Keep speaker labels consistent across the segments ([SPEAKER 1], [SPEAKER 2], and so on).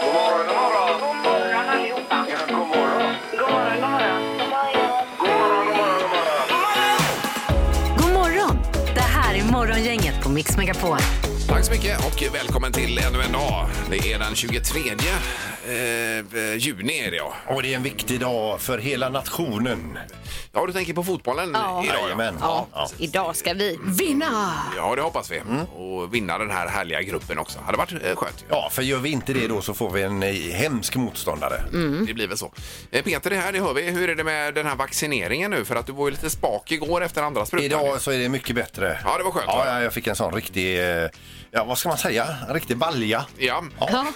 [SPEAKER 1] God morgon, god morgon.
[SPEAKER 2] God morgon allihopa.
[SPEAKER 1] Ja, god morgon.
[SPEAKER 2] God morgon, god morgon.
[SPEAKER 1] God morgon, god morgon, god morgon.
[SPEAKER 3] God morgon! Det här är Morgongänget på Mix Megapol.
[SPEAKER 4] Tack så mycket och välkommen till ännu en dag. Det är den 23 eh, juni är det ja.
[SPEAKER 5] Och det är en viktig dag för hela nationen.
[SPEAKER 4] Ja, du tänker på fotbollen
[SPEAKER 6] Ja.
[SPEAKER 4] idag ja.
[SPEAKER 5] Jajamän.
[SPEAKER 6] Ja,
[SPEAKER 5] Ja.
[SPEAKER 6] idag ska Mm. vi vinna!
[SPEAKER 4] Ja, det hoppas vi. Och vinna den här härliga gruppen också. Hade varit eh, skönt. ju.
[SPEAKER 5] Ja, för gör vi inte det då så får vi en eh, hemsk motståndare.
[SPEAKER 6] Mm.
[SPEAKER 4] Det blir väl så. Eh, Peter är här, det hör vi. Hur är det med den här vaccineringen nu? För att du var ju lite spak igår efter andra sprutan.
[SPEAKER 5] Idag så är det mycket bättre.
[SPEAKER 4] Ja, det var skönt, va?
[SPEAKER 5] Ja, ja, jag fick en sån riktig, eh, ja vad ska man säga, en riktig balja.
[SPEAKER 4] Ja,
[SPEAKER 6] Ja.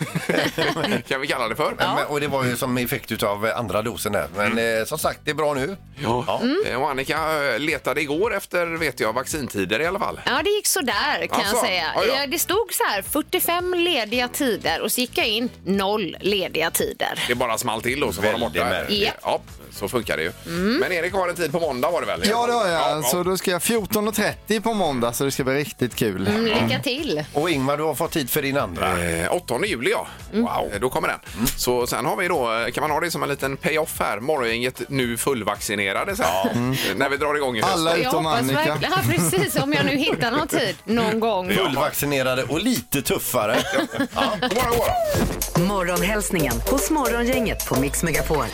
[SPEAKER 4] kan vi kalla det för.
[SPEAKER 5] Men, och det var ju som effekt av andra dosen där. Men
[SPEAKER 4] Mm.
[SPEAKER 5] eh, som sagt, det är bra nu.
[SPEAKER 4] Ja.
[SPEAKER 5] Ja.
[SPEAKER 4] Eh, Och Annika eh, letade igår efter, vet jag, vaccintider i alla fall.
[SPEAKER 6] Ja, det gick sådär kan
[SPEAKER 4] Alltså,
[SPEAKER 6] jag säga.
[SPEAKER 4] ja, ja.
[SPEAKER 6] Ja, Det stod så här 45 lediga tider och så gick jag in noll lediga tider.
[SPEAKER 4] Det bara small till och så var de
[SPEAKER 5] Väldigt
[SPEAKER 4] borta.
[SPEAKER 5] märkligt.
[SPEAKER 6] Japp.
[SPEAKER 4] Ja, så funkar det ju.
[SPEAKER 5] Mm.
[SPEAKER 4] Men Erik har en tid på måndag var det väl?
[SPEAKER 7] Ja det har jag.
[SPEAKER 4] Ja, ja.
[SPEAKER 7] Så då ska jag 14.30 på måndag så det ska bli riktigt kul.
[SPEAKER 6] Mm, lycka till!
[SPEAKER 5] Och Ingmar, du har fått tid för din andra.
[SPEAKER 4] Eh, 8 juli ja.
[SPEAKER 5] Mm.
[SPEAKER 4] Wow. Eh, Då kommer den. Så sen har vi då, eh, kan man ha det som en liten payoff här, morgongänget nu fullvaccinerade sen.
[SPEAKER 5] Mm.
[SPEAKER 4] Eh, När vi drar igång i höst.
[SPEAKER 7] Alla
[SPEAKER 6] Jag
[SPEAKER 7] utom
[SPEAKER 6] hoppas
[SPEAKER 7] Annika.
[SPEAKER 6] verkligen, ja, precis, om jag nu hittar någon tid någon gång.
[SPEAKER 5] Fullvaccinerade och lite tuffare. ja.
[SPEAKER 4] God morgon, god morgon.
[SPEAKER 3] Morgonhälsningen hos Morgongänget på Mix Megapol.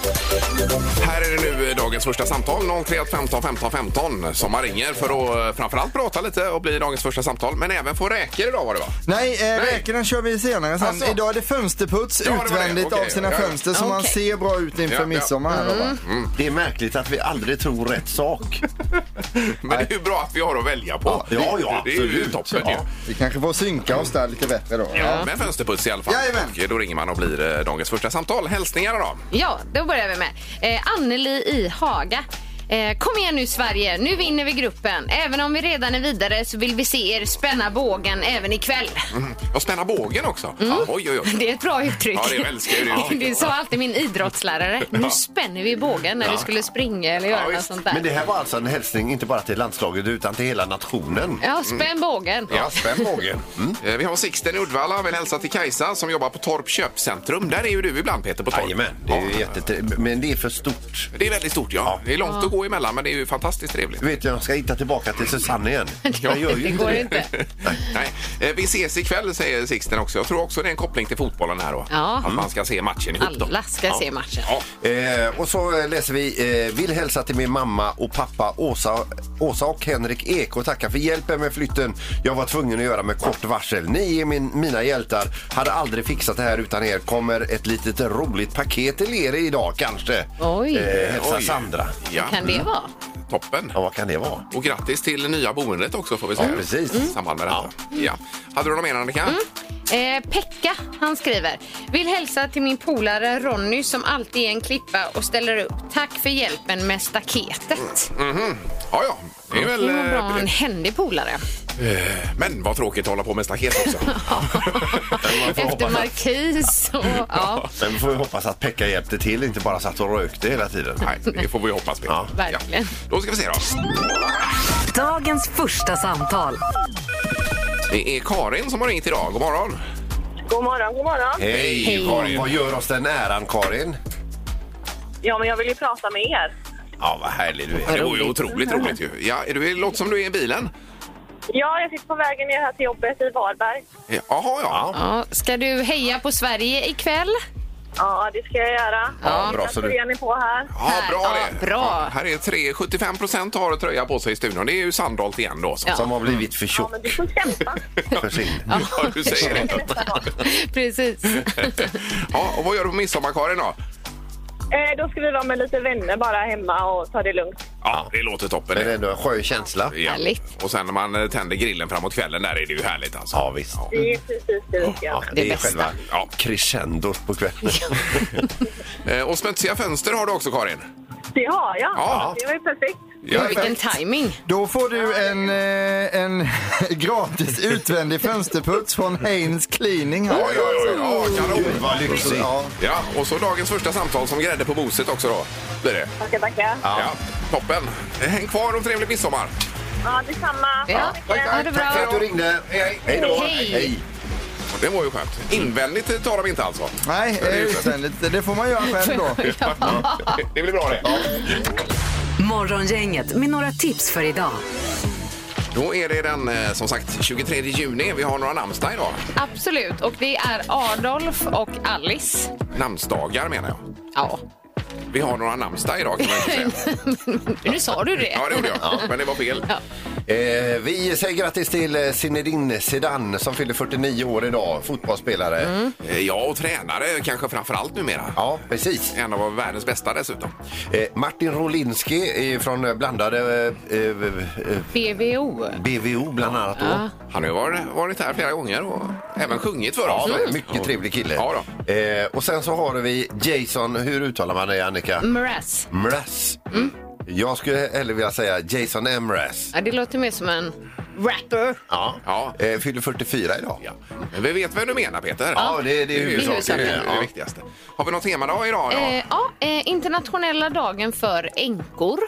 [SPEAKER 4] Här är det nu eh, dagens första samtal, 031 15 15 15 som man ringer för att eh, framförallt prata lite och bli dagens första samtal men även få räkor idag var det va?
[SPEAKER 7] Nej, eh, räkorna kör vi senare sen.
[SPEAKER 4] Alltså.
[SPEAKER 7] Idag är det fönsterputs
[SPEAKER 4] Ja, det var det.
[SPEAKER 7] utvändigt
[SPEAKER 4] Okej,
[SPEAKER 7] av sina
[SPEAKER 4] ja, ja.
[SPEAKER 7] fönster så man
[SPEAKER 6] Okej.
[SPEAKER 7] ser bra ut inför
[SPEAKER 4] Ja, Mm. ja.
[SPEAKER 7] midsommar här då, va?
[SPEAKER 5] Det är märkligt att vi aldrig tror rätt sak.
[SPEAKER 4] Men det är ju bra att vi har att välja på.
[SPEAKER 5] Ja, ja,
[SPEAKER 4] det är ju
[SPEAKER 5] absolut.
[SPEAKER 4] toppen
[SPEAKER 5] Ja.
[SPEAKER 4] ju.
[SPEAKER 7] Vi kanske får synka oss där lite bättre då.
[SPEAKER 4] Ja, med fönsterputs i alla fall.
[SPEAKER 7] Jajamän.
[SPEAKER 4] Och då ringer man och blir eh, dagens första samtal. Hälsningar då.
[SPEAKER 5] Mm.
[SPEAKER 6] Ja, då börjar vi med eh, Anneli i Haga. Eh, kom igen nu Sverige, nu vinner vi gruppen. Även om vi redan är vidare så vill vi se er spänna bågen även ikväll.
[SPEAKER 4] Och spänna bågen också.
[SPEAKER 5] Mm.
[SPEAKER 4] Ja, oj, oj, oj.
[SPEAKER 6] Det är ett bra uttryck.
[SPEAKER 4] Ja, det älskar jag ju.
[SPEAKER 6] Det sa alltid min idrottslärare. Nu spänner vi bågen när du skulle springa eller göra
[SPEAKER 4] Ja,
[SPEAKER 6] något
[SPEAKER 4] visst.
[SPEAKER 6] sånt där.
[SPEAKER 5] Men det här var alltså en hälsning inte bara till landslaget utan till hela nationen.
[SPEAKER 6] Ja, spänn bågen.
[SPEAKER 4] Mm. Ja, spänn bågen.
[SPEAKER 5] Mm.
[SPEAKER 4] Eh, Vi har Sixten i Uddevalla. Vill hälsa till Kajsa som jobbar på Torp köpcentrum. Där är ju du ibland, Peter, på Torp.
[SPEAKER 5] Jajamän, det är ju
[SPEAKER 4] Ja.
[SPEAKER 5] jättetrevligt. Men det är för stort.
[SPEAKER 4] det är väldigt stort, ja. Det är långt att gå emellan, men det är ju fantastiskt trevligt.
[SPEAKER 5] Du vet, jag ska hitta tillbaka till Susanne igen. Jag gör ju
[SPEAKER 6] Det
[SPEAKER 5] inte
[SPEAKER 6] går
[SPEAKER 5] det.
[SPEAKER 6] inte.
[SPEAKER 4] Nej. Eh, Vi ses ikväll, säger Sixten också. Jag tror också det är en koppling till fotbollen här då.
[SPEAKER 6] Ja.
[SPEAKER 4] Att man ska se matchen ihop då.
[SPEAKER 6] Alla ska se matchen.
[SPEAKER 4] Ja.
[SPEAKER 5] Eh, och så eh, läser vi eh, Vill hälsa till min mamma och pappa Åsa, Åsa och Henrik Ek och tacka för hjälpen med flytten jag var tvungen att göra med kort varsel. Ni är min, mina hjältar. Hade aldrig fixat det här utan er. Kommer ett litet roligt paket till er idag kanske.
[SPEAKER 6] Oj.
[SPEAKER 5] Eh, hälsa
[SPEAKER 4] Oj.
[SPEAKER 5] Sandra.
[SPEAKER 4] Ja,
[SPEAKER 6] Kan det vara?
[SPEAKER 4] toppen.
[SPEAKER 5] Ja, vad kan det vara?
[SPEAKER 4] Och grattis till nya boendet också får vi säga.
[SPEAKER 5] Ja, precis.
[SPEAKER 4] I samband med detta. Ja. Hade du någon mer Annika?
[SPEAKER 6] Eh, Pekka, han skriver. Vill hälsa till min polare Ronny som alltid är en klippa och ställer upp. Tack för hjälpen med staketet.
[SPEAKER 4] Ja, ja. Mm. Det är
[SPEAKER 6] Det
[SPEAKER 4] väl...
[SPEAKER 6] var bra
[SPEAKER 4] eh,
[SPEAKER 6] en händig polare.
[SPEAKER 4] Men vad tråkigt att hålla på med staket också.
[SPEAKER 6] Efter markis och... Ja,
[SPEAKER 5] Men vi får ju hoppas att Pekka hjälpte till, inte bara satt och rökte hela tiden.
[SPEAKER 4] Nej, det får vi hoppas på. Ja.
[SPEAKER 6] verkligen.
[SPEAKER 4] Då ska vi se då.
[SPEAKER 3] Dagens första samtal.
[SPEAKER 4] Det är Karin som har ringt idag. God morgon.
[SPEAKER 2] God morgon, god morgon.
[SPEAKER 5] Hej,
[SPEAKER 6] Hej.
[SPEAKER 5] Karin! Vad gör oss den äran, Karin?
[SPEAKER 2] Ja, men jag vill ju prata med er.
[SPEAKER 5] Ja, vad härlig du är.
[SPEAKER 4] Det var ju otroligt roligt ju. Ja, är du, det låter som du är i bilen.
[SPEAKER 2] Ja, jag sitter på vägen ner här till jobbet i Varberg.
[SPEAKER 4] Jaha, ja.
[SPEAKER 6] Ja, ska du heja på Sverige ikväll?
[SPEAKER 2] Ja, det ska jag göra.
[SPEAKER 5] Ja, bra, så
[SPEAKER 2] Tack
[SPEAKER 5] du-
[SPEAKER 2] är ni på här.
[SPEAKER 4] Ja, bra
[SPEAKER 6] Ja,
[SPEAKER 4] det.
[SPEAKER 6] bra.
[SPEAKER 4] Ja, här är tre. 75 procent har tröja på sig i studion. Det är ju Sandholt igen då. Så.
[SPEAKER 6] Ja.
[SPEAKER 5] Som har blivit för
[SPEAKER 2] Ja,
[SPEAKER 5] tjock
[SPEAKER 2] men du får kämpa.
[SPEAKER 5] för sin.
[SPEAKER 4] Ja. du säger det.
[SPEAKER 2] Nästa gång.
[SPEAKER 6] Precis.
[SPEAKER 4] Ja, och vad gör du på midsommar, Karin? Då?
[SPEAKER 2] Eh, då ska vi vara med lite vänner bara hemma och ta det lugnt.
[SPEAKER 4] Ja, det låter toppen.
[SPEAKER 5] Men
[SPEAKER 4] det.
[SPEAKER 5] ändå en skön känsla.
[SPEAKER 4] Ja.
[SPEAKER 6] Härligt.
[SPEAKER 4] Och sen när man eh, tänder grillen framåt kvällen där är det ju härligt alltså.
[SPEAKER 5] Ja, visst.
[SPEAKER 8] Mm.
[SPEAKER 2] Det är precis det vi ska
[SPEAKER 5] Ja,
[SPEAKER 2] göra.
[SPEAKER 5] det,
[SPEAKER 6] Det
[SPEAKER 5] är
[SPEAKER 6] bästa.
[SPEAKER 5] själva ja, crescendot på kvällen.
[SPEAKER 4] Eh, Och smutsiga fönster har du också Karin.
[SPEAKER 2] Det har jag.
[SPEAKER 4] Ja.
[SPEAKER 2] Det var ju perfekt.
[SPEAKER 4] Ja,
[SPEAKER 6] Vilken timing.
[SPEAKER 7] Då får du en, eh, en gratis utvändig fönsterputs från Haynes Cleaning här.
[SPEAKER 4] Oj, oj, oj. Ja, kanon.
[SPEAKER 5] Vad lyxigt.
[SPEAKER 7] Ja.
[SPEAKER 4] Ja, och så dagens första samtal som grädde på boset också då. Blir det.
[SPEAKER 2] Tackar, tackar. Ja,
[SPEAKER 4] Ja. toppen. Eh, Häng kvar och trevlig midsommar.
[SPEAKER 2] detsamma.
[SPEAKER 6] Ja.
[SPEAKER 2] Tack så mycket.
[SPEAKER 6] Ha det
[SPEAKER 5] Tack för att
[SPEAKER 6] bra.
[SPEAKER 5] du ringde. Hej då.
[SPEAKER 6] Hej.
[SPEAKER 5] Hej.
[SPEAKER 4] Det var ju skönt. Invändigt tar de inte alltså.
[SPEAKER 7] Nej,
[SPEAKER 4] Det är
[SPEAKER 7] eh,
[SPEAKER 4] ju skönt.
[SPEAKER 7] utvändigt. Det får man göra själv då.
[SPEAKER 4] Det blir bra det.
[SPEAKER 3] Morgongänget med några tips för idag.
[SPEAKER 4] Då är det den eh, som sagt 23 juni. Vi har några namnsdag idag.
[SPEAKER 6] Absolut. Och det är Adolf och Alice.
[SPEAKER 4] Namnsdagar menar jag.
[SPEAKER 6] Ja.
[SPEAKER 4] Vi har några namnsdag idag kan man inte säga.
[SPEAKER 6] nu sa du det.
[SPEAKER 4] Ja, det gjorde jag. Men det var fel.
[SPEAKER 5] Eh, vi säger grattis till eh, Zinedine Zidane som fyller 49 år idag, fotbollsspelare.
[SPEAKER 4] Eh, Ja, och tränare kanske framför allt numera.
[SPEAKER 5] Ja, precis.
[SPEAKER 4] En av världens bästa dessutom.
[SPEAKER 5] Eh, Martin Rolinski eh, från eh, blandade eh, eh, eh,
[SPEAKER 6] BVO.
[SPEAKER 5] BVO bland annat. Då.
[SPEAKER 4] Han har ju varit- varit här flera gånger och även sjungit för
[SPEAKER 5] Ja,
[SPEAKER 4] oss.
[SPEAKER 5] men mycket trevlig kille.
[SPEAKER 4] Mm. Ja,
[SPEAKER 5] Eh, och sen så har vi Jason, hur uttalar man det Annika?
[SPEAKER 6] Mraz.
[SPEAKER 5] Mraz. Jag skulle hellre vilja säga Jason Mraz.
[SPEAKER 6] Ja, det låter mer som en rapper.
[SPEAKER 5] Ja.
[SPEAKER 4] Ja.
[SPEAKER 5] Eh, fyller 44 idag.
[SPEAKER 4] Ja. Men vi vet vad du menar Peter.
[SPEAKER 5] Ja, det- det är
[SPEAKER 4] ju
[SPEAKER 5] huvudsaken.
[SPEAKER 4] saken. Det, är ju
[SPEAKER 5] Ja.
[SPEAKER 4] det viktigaste. Har vi något temadag idag? Ja.
[SPEAKER 6] Eh, ja, eh, internationella dagen för änkor.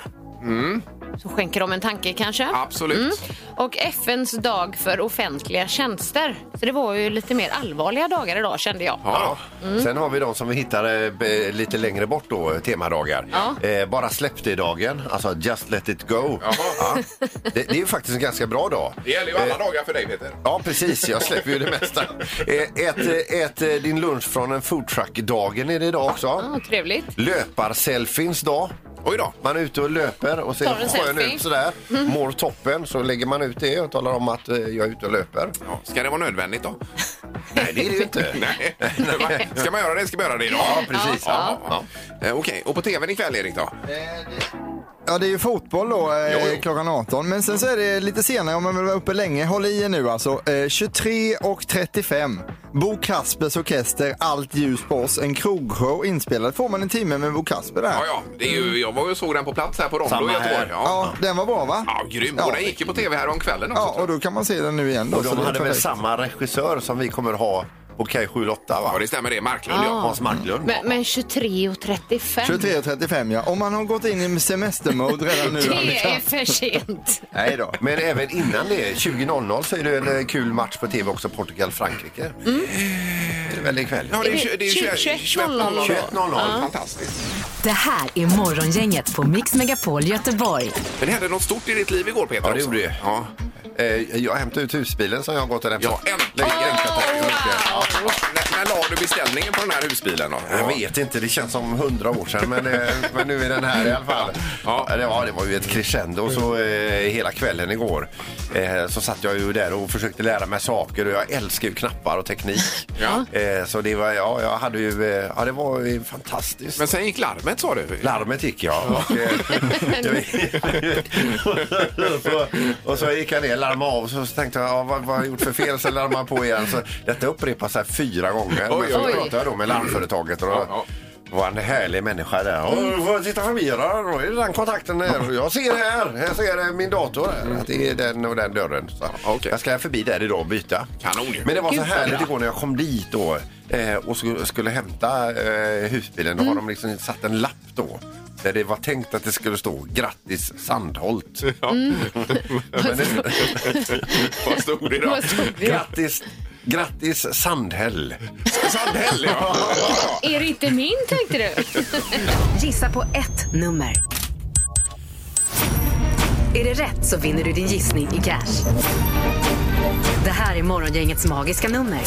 [SPEAKER 6] Så skänker de en tanke kanske.
[SPEAKER 4] Absolut.
[SPEAKER 5] mm.
[SPEAKER 6] Och FNs dag för offentliga tjänster. Så det var ju lite mer allvarliga dagar idag kände jag.
[SPEAKER 4] Ja.
[SPEAKER 6] Mm.
[SPEAKER 5] Sen har vi de som vi hittar eh, b- lite längre bort då, temadagar.
[SPEAKER 6] Ja.
[SPEAKER 5] Eh, bara släpp det-dagen, alltså just let it go.
[SPEAKER 4] Jaha.
[SPEAKER 5] Ja. Det, det är ju faktiskt en ganska bra dag. Eh,
[SPEAKER 4] Det gäller ju alla dagar för dig Peter.
[SPEAKER 5] Ja, precis. Jag släpper ju det mesta. Eh, Ät, eh, ät eh, din lunch från en foodtruck-dagen är det idag också.
[SPEAKER 6] Ja, trevligt.
[SPEAKER 5] Löparselfiens dag.
[SPEAKER 4] Oj då.
[SPEAKER 5] Man är ute och löper och
[SPEAKER 6] Tar
[SPEAKER 5] ser
[SPEAKER 6] en
[SPEAKER 5] skön
[SPEAKER 6] selfie. Mm.
[SPEAKER 5] ut sådär. Mår toppen. Så lägger man ut det och talar om att eh, jag är ute och löper.
[SPEAKER 4] Ja. Ska det vara nödvändigt då?
[SPEAKER 5] Nej, det är det ju inte.
[SPEAKER 4] Nej. Va? ska man göra det ska man göra det idag. Ja,
[SPEAKER 5] precis.
[SPEAKER 4] Ja. Eh, Okej, och på tvn ikväll Erik då?
[SPEAKER 7] Ja, det är ju fotboll då, eh,
[SPEAKER 4] Jo, jo.
[SPEAKER 7] klockan 18. Men sen så är det lite senare, om man vill vara uppe länge. Håll i er nu alltså. Eh, 23 och 35. Bo Kaspers orkester Allt ljus på oss. En krogshow inspelad. Får man en timme med Bo Kasper där.
[SPEAKER 4] Ja, ja. Det är ju, jag var ju och såg den på plats här på Rondo
[SPEAKER 5] Samma
[SPEAKER 4] i Göteborg.
[SPEAKER 5] här.
[SPEAKER 7] Mm. Ja,
[SPEAKER 4] Ja.
[SPEAKER 7] den var bra va?
[SPEAKER 4] ja, grym.
[SPEAKER 7] Ja.
[SPEAKER 4] Och den gick ju på tv här om kvällen också.
[SPEAKER 7] Ja, och då kan man se den nu igen. Då,
[SPEAKER 5] Och
[SPEAKER 7] så
[SPEAKER 5] de
[SPEAKER 7] det är
[SPEAKER 5] hade väl
[SPEAKER 7] perfekt.
[SPEAKER 5] samma regissör som vi kommer ha på Kaj 78 va?
[SPEAKER 4] Ja, det stämmer det.
[SPEAKER 7] Ah.
[SPEAKER 4] Marklund, ja.
[SPEAKER 5] Hans Marklund.
[SPEAKER 6] Men, men 23 och 35.
[SPEAKER 7] 23 och 35 ja. Om man har gått in i semestermode redan nu
[SPEAKER 6] Det är
[SPEAKER 7] Annika.
[SPEAKER 6] för sent.
[SPEAKER 7] Nej då.
[SPEAKER 5] Men även innan det, 20.00 så är det en eh, kul match på tv också, Portugal-Frankrike. Det är väl ikväll.
[SPEAKER 4] Ja, det är, tju- det är
[SPEAKER 6] Tju-
[SPEAKER 4] 21,
[SPEAKER 6] 21.00.
[SPEAKER 5] 21.00.
[SPEAKER 4] Fantastiskt.
[SPEAKER 3] Det här är Morgongänget på Mix Megapol Göteborg.
[SPEAKER 4] Men det hände något stort i ditt liv igår Peter
[SPEAKER 5] Ja, det
[SPEAKER 4] också.
[SPEAKER 5] gjorde det.
[SPEAKER 4] Ja.
[SPEAKER 5] Eh, Jag hämtade ut husbilen som jag har gått och hämtat.
[SPEAKER 4] Ja, äntligen.
[SPEAKER 5] Tack så mycket.
[SPEAKER 4] Ja. När, när la du beställningen på den här husbilen då?
[SPEAKER 5] Jag vet inte, det känns som hundra år sedan men, eh, men nu är den här i alla fall.
[SPEAKER 4] Ja.
[SPEAKER 5] Ja. det- Ja, det var ju ett crescendo och så eh, hela kvällen igår eh, så satt jag ju där och försökte lära mig saker och jag älskar ju knappar och teknik.
[SPEAKER 4] Ja.
[SPEAKER 5] Eh, så det var, ja, jag hade ju, eh, ja det var ju fantastiskt.
[SPEAKER 4] Men sen gick larmet sa du?
[SPEAKER 5] Larmet gick jag. Och, eh, och, så, och så gick jag ner, larmade av och så tänkte jag ja, vad, vad har jag gjort för fel? Så larmade jag på igen. Så detta upprepas här fyra gånger.
[SPEAKER 4] Oj,
[SPEAKER 5] Men så
[SPEAKER 6] oj.
[SPEAKER 5] pratade jag då med larmföretaget och då
[SPEAKER 4] Ja, Mm.
[SPEAKER 5] var en härlig människa där. Och, får jag titta förbi där? Då är det den kontakten där. Och Jag ser här, jag ser eh, min dator här. Att det är den och den dörren. Så,
[SPEAKER 4] okej.
[SPEAKER 5] Jag ska förbi där idag och byta.
[SPEAKER 4] Kanon ju.
[SPEAKER 5] Men det var så
[SPEAKER 6] Gud, vad
[SPEAKER 5] härligt
[SPEAKER 6] bra.
[SPEAKER 5] igår när jag kom dit då eh, och skulle, skulle hämta eh, husbilen. Då
[SPEAKER 4] Mm.
[SPEAKER 5] har de liksom satt en lapp då. Där det var tänkt att det skulle stå grattis Sandholt. Men
[SPEAKER 4] Mm.
[SPEAKER 5] det,
[SPEAKER 4] Vad stod det då?
[SPEAKER 6] Vad stod det?
[SPEAKER 5] grattis, grattis Sandhäll.
[SPEAKER 4] Sandell ja. Ja.
[SPEAKER 6] Är det inte min tänkte du?
[SPEAKER 3] Gissa på ett nummer. Är det rätt så vinner du din gissning i cash. Det här är Morgongängets magiska nummer.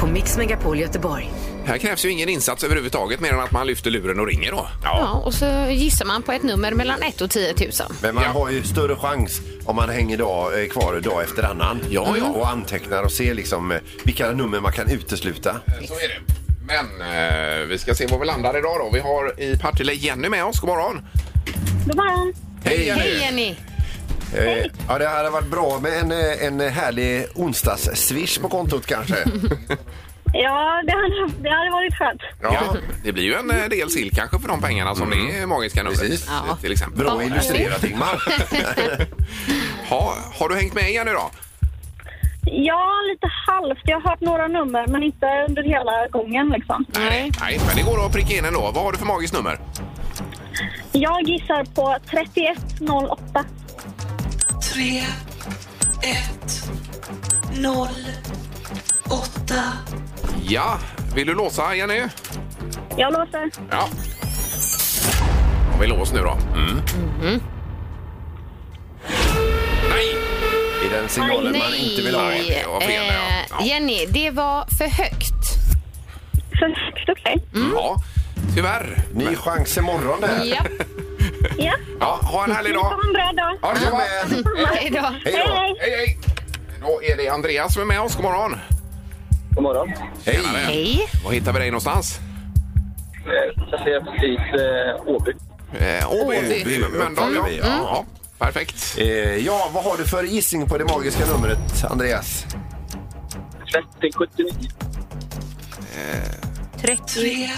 [SPEAKER 3] På Mix Megapol Göteborg.
[SPEAKER 4] Här krävs ju ingen insats överhuvudtaget mer än att man lyfter luren och ringer då.
[SPEAKER 6] Ja, och så gissar man på ett nummer mellan 1 och 10 000.
[SPEAKER 5] Men man
[SPEAKER 4] Ja.
[SPEAKER 5] har ju större chans om man hänger dag, eh, kvar dag efter annan
[SPEAKER 4] Ja, ja.
[SPEAKER 5] och antecknar och ser liksom eh, vilka nummer man kan utesluta.
[SPEAKER 4] Så är det. Men eh, vi ska se var vi landar idag då. Vi har i Partille Jenny med oss. God morgon.
[SPEAKER 2] God morgon.
[SPEAKER 4] Hej Jenny!
[SPEAKER 6] Hej Jenny!
[SPEAKER 5] Eh, ja, det hade varit bra med en, eh, en härlig onsdags-swish på kontot kanske.
[SPEAKER 2] Ja, det hade, det hade varit skönt.
[SPEAKER 4] Ja, det blir ju en eh, del sill kanske för de pengarna som det är magiska numret.
[SPEAKER 5] Mm. Precis.
[SPEAKER 4] Ja. Till exempel.
[SPEAKER 5] Bra illustrerat Ingmar.
[SPEAKER 4] Ha, har du hängt med Jenny då?
[SPEAKER 2] Ja, lite halvt. Jag har hört några nummer, men inte under hela gången. Liksom.
[SPEAKER 4] Nej. Nej, men det går att pricka in ändå. Vad har du för magiskt nummer?
[SPEAKER 2] Jag gissar på 3108.
[SPEAKER 9] tre, ett,
[SPEAKER 4] Ja, vill du låsa Jenny?
[SPEAKER 2] Jag låser.
[SPEAKER 4] Ja. Har vi lås nu då? Mm. Nej!
[SPEAKER 5] Är den signalen man inte vill ha?
[SPEAKER 4] det var fel där, ja. Ja.
[SPEAKER 6] Eh, Jenny, det var för högt.
[SPEAKER 2] För högt, okej.
[SPEAKER 4] Ja, tyvärr.
[SPEAKER 5] Ny chans imorgon där.
[SPEAKER 6] Ja,
[SPEAKER 2] Ja.
[SPEAKER 4] Ja, ha en härlig
[SPEAKER 2] Ni får
[SPEAKER 4] dag.
[SPEAKER 2] ha en bra dag.
[SPEAKER 4] Ja, detsamma.
[SPEAKER 5] Amen.
[SPEAKER 6] hej då.
[SPEAKER 5] Hej då.
[SPEAKER 4] Hej, hej! Då är det Andreas som är med oss. God morgon!
[SPEAKER 9] God morgon.
[SPEAKER 5] Hej.
[SPEAKER 6] Hej.
[SPEAKER 4] Var hittar vi dig någonstans?
[SPEAKER 9] Eh, Jag ser precis eh, Åby.
[SPEAKER 4] Eh, Åby.
[SPEAKER 5] Åby.
[SPEAKER 4] Mölndal, ja.
[SPEAKER 5] Mm.
[SPEAKER 4] ja. Perfekt.
[SPEAKER 5] Eh, ja, vad har du för gissning på det magiska numret, Andreas?
[SPEAKER 9] 3079.
[SPEAKER 6] 30.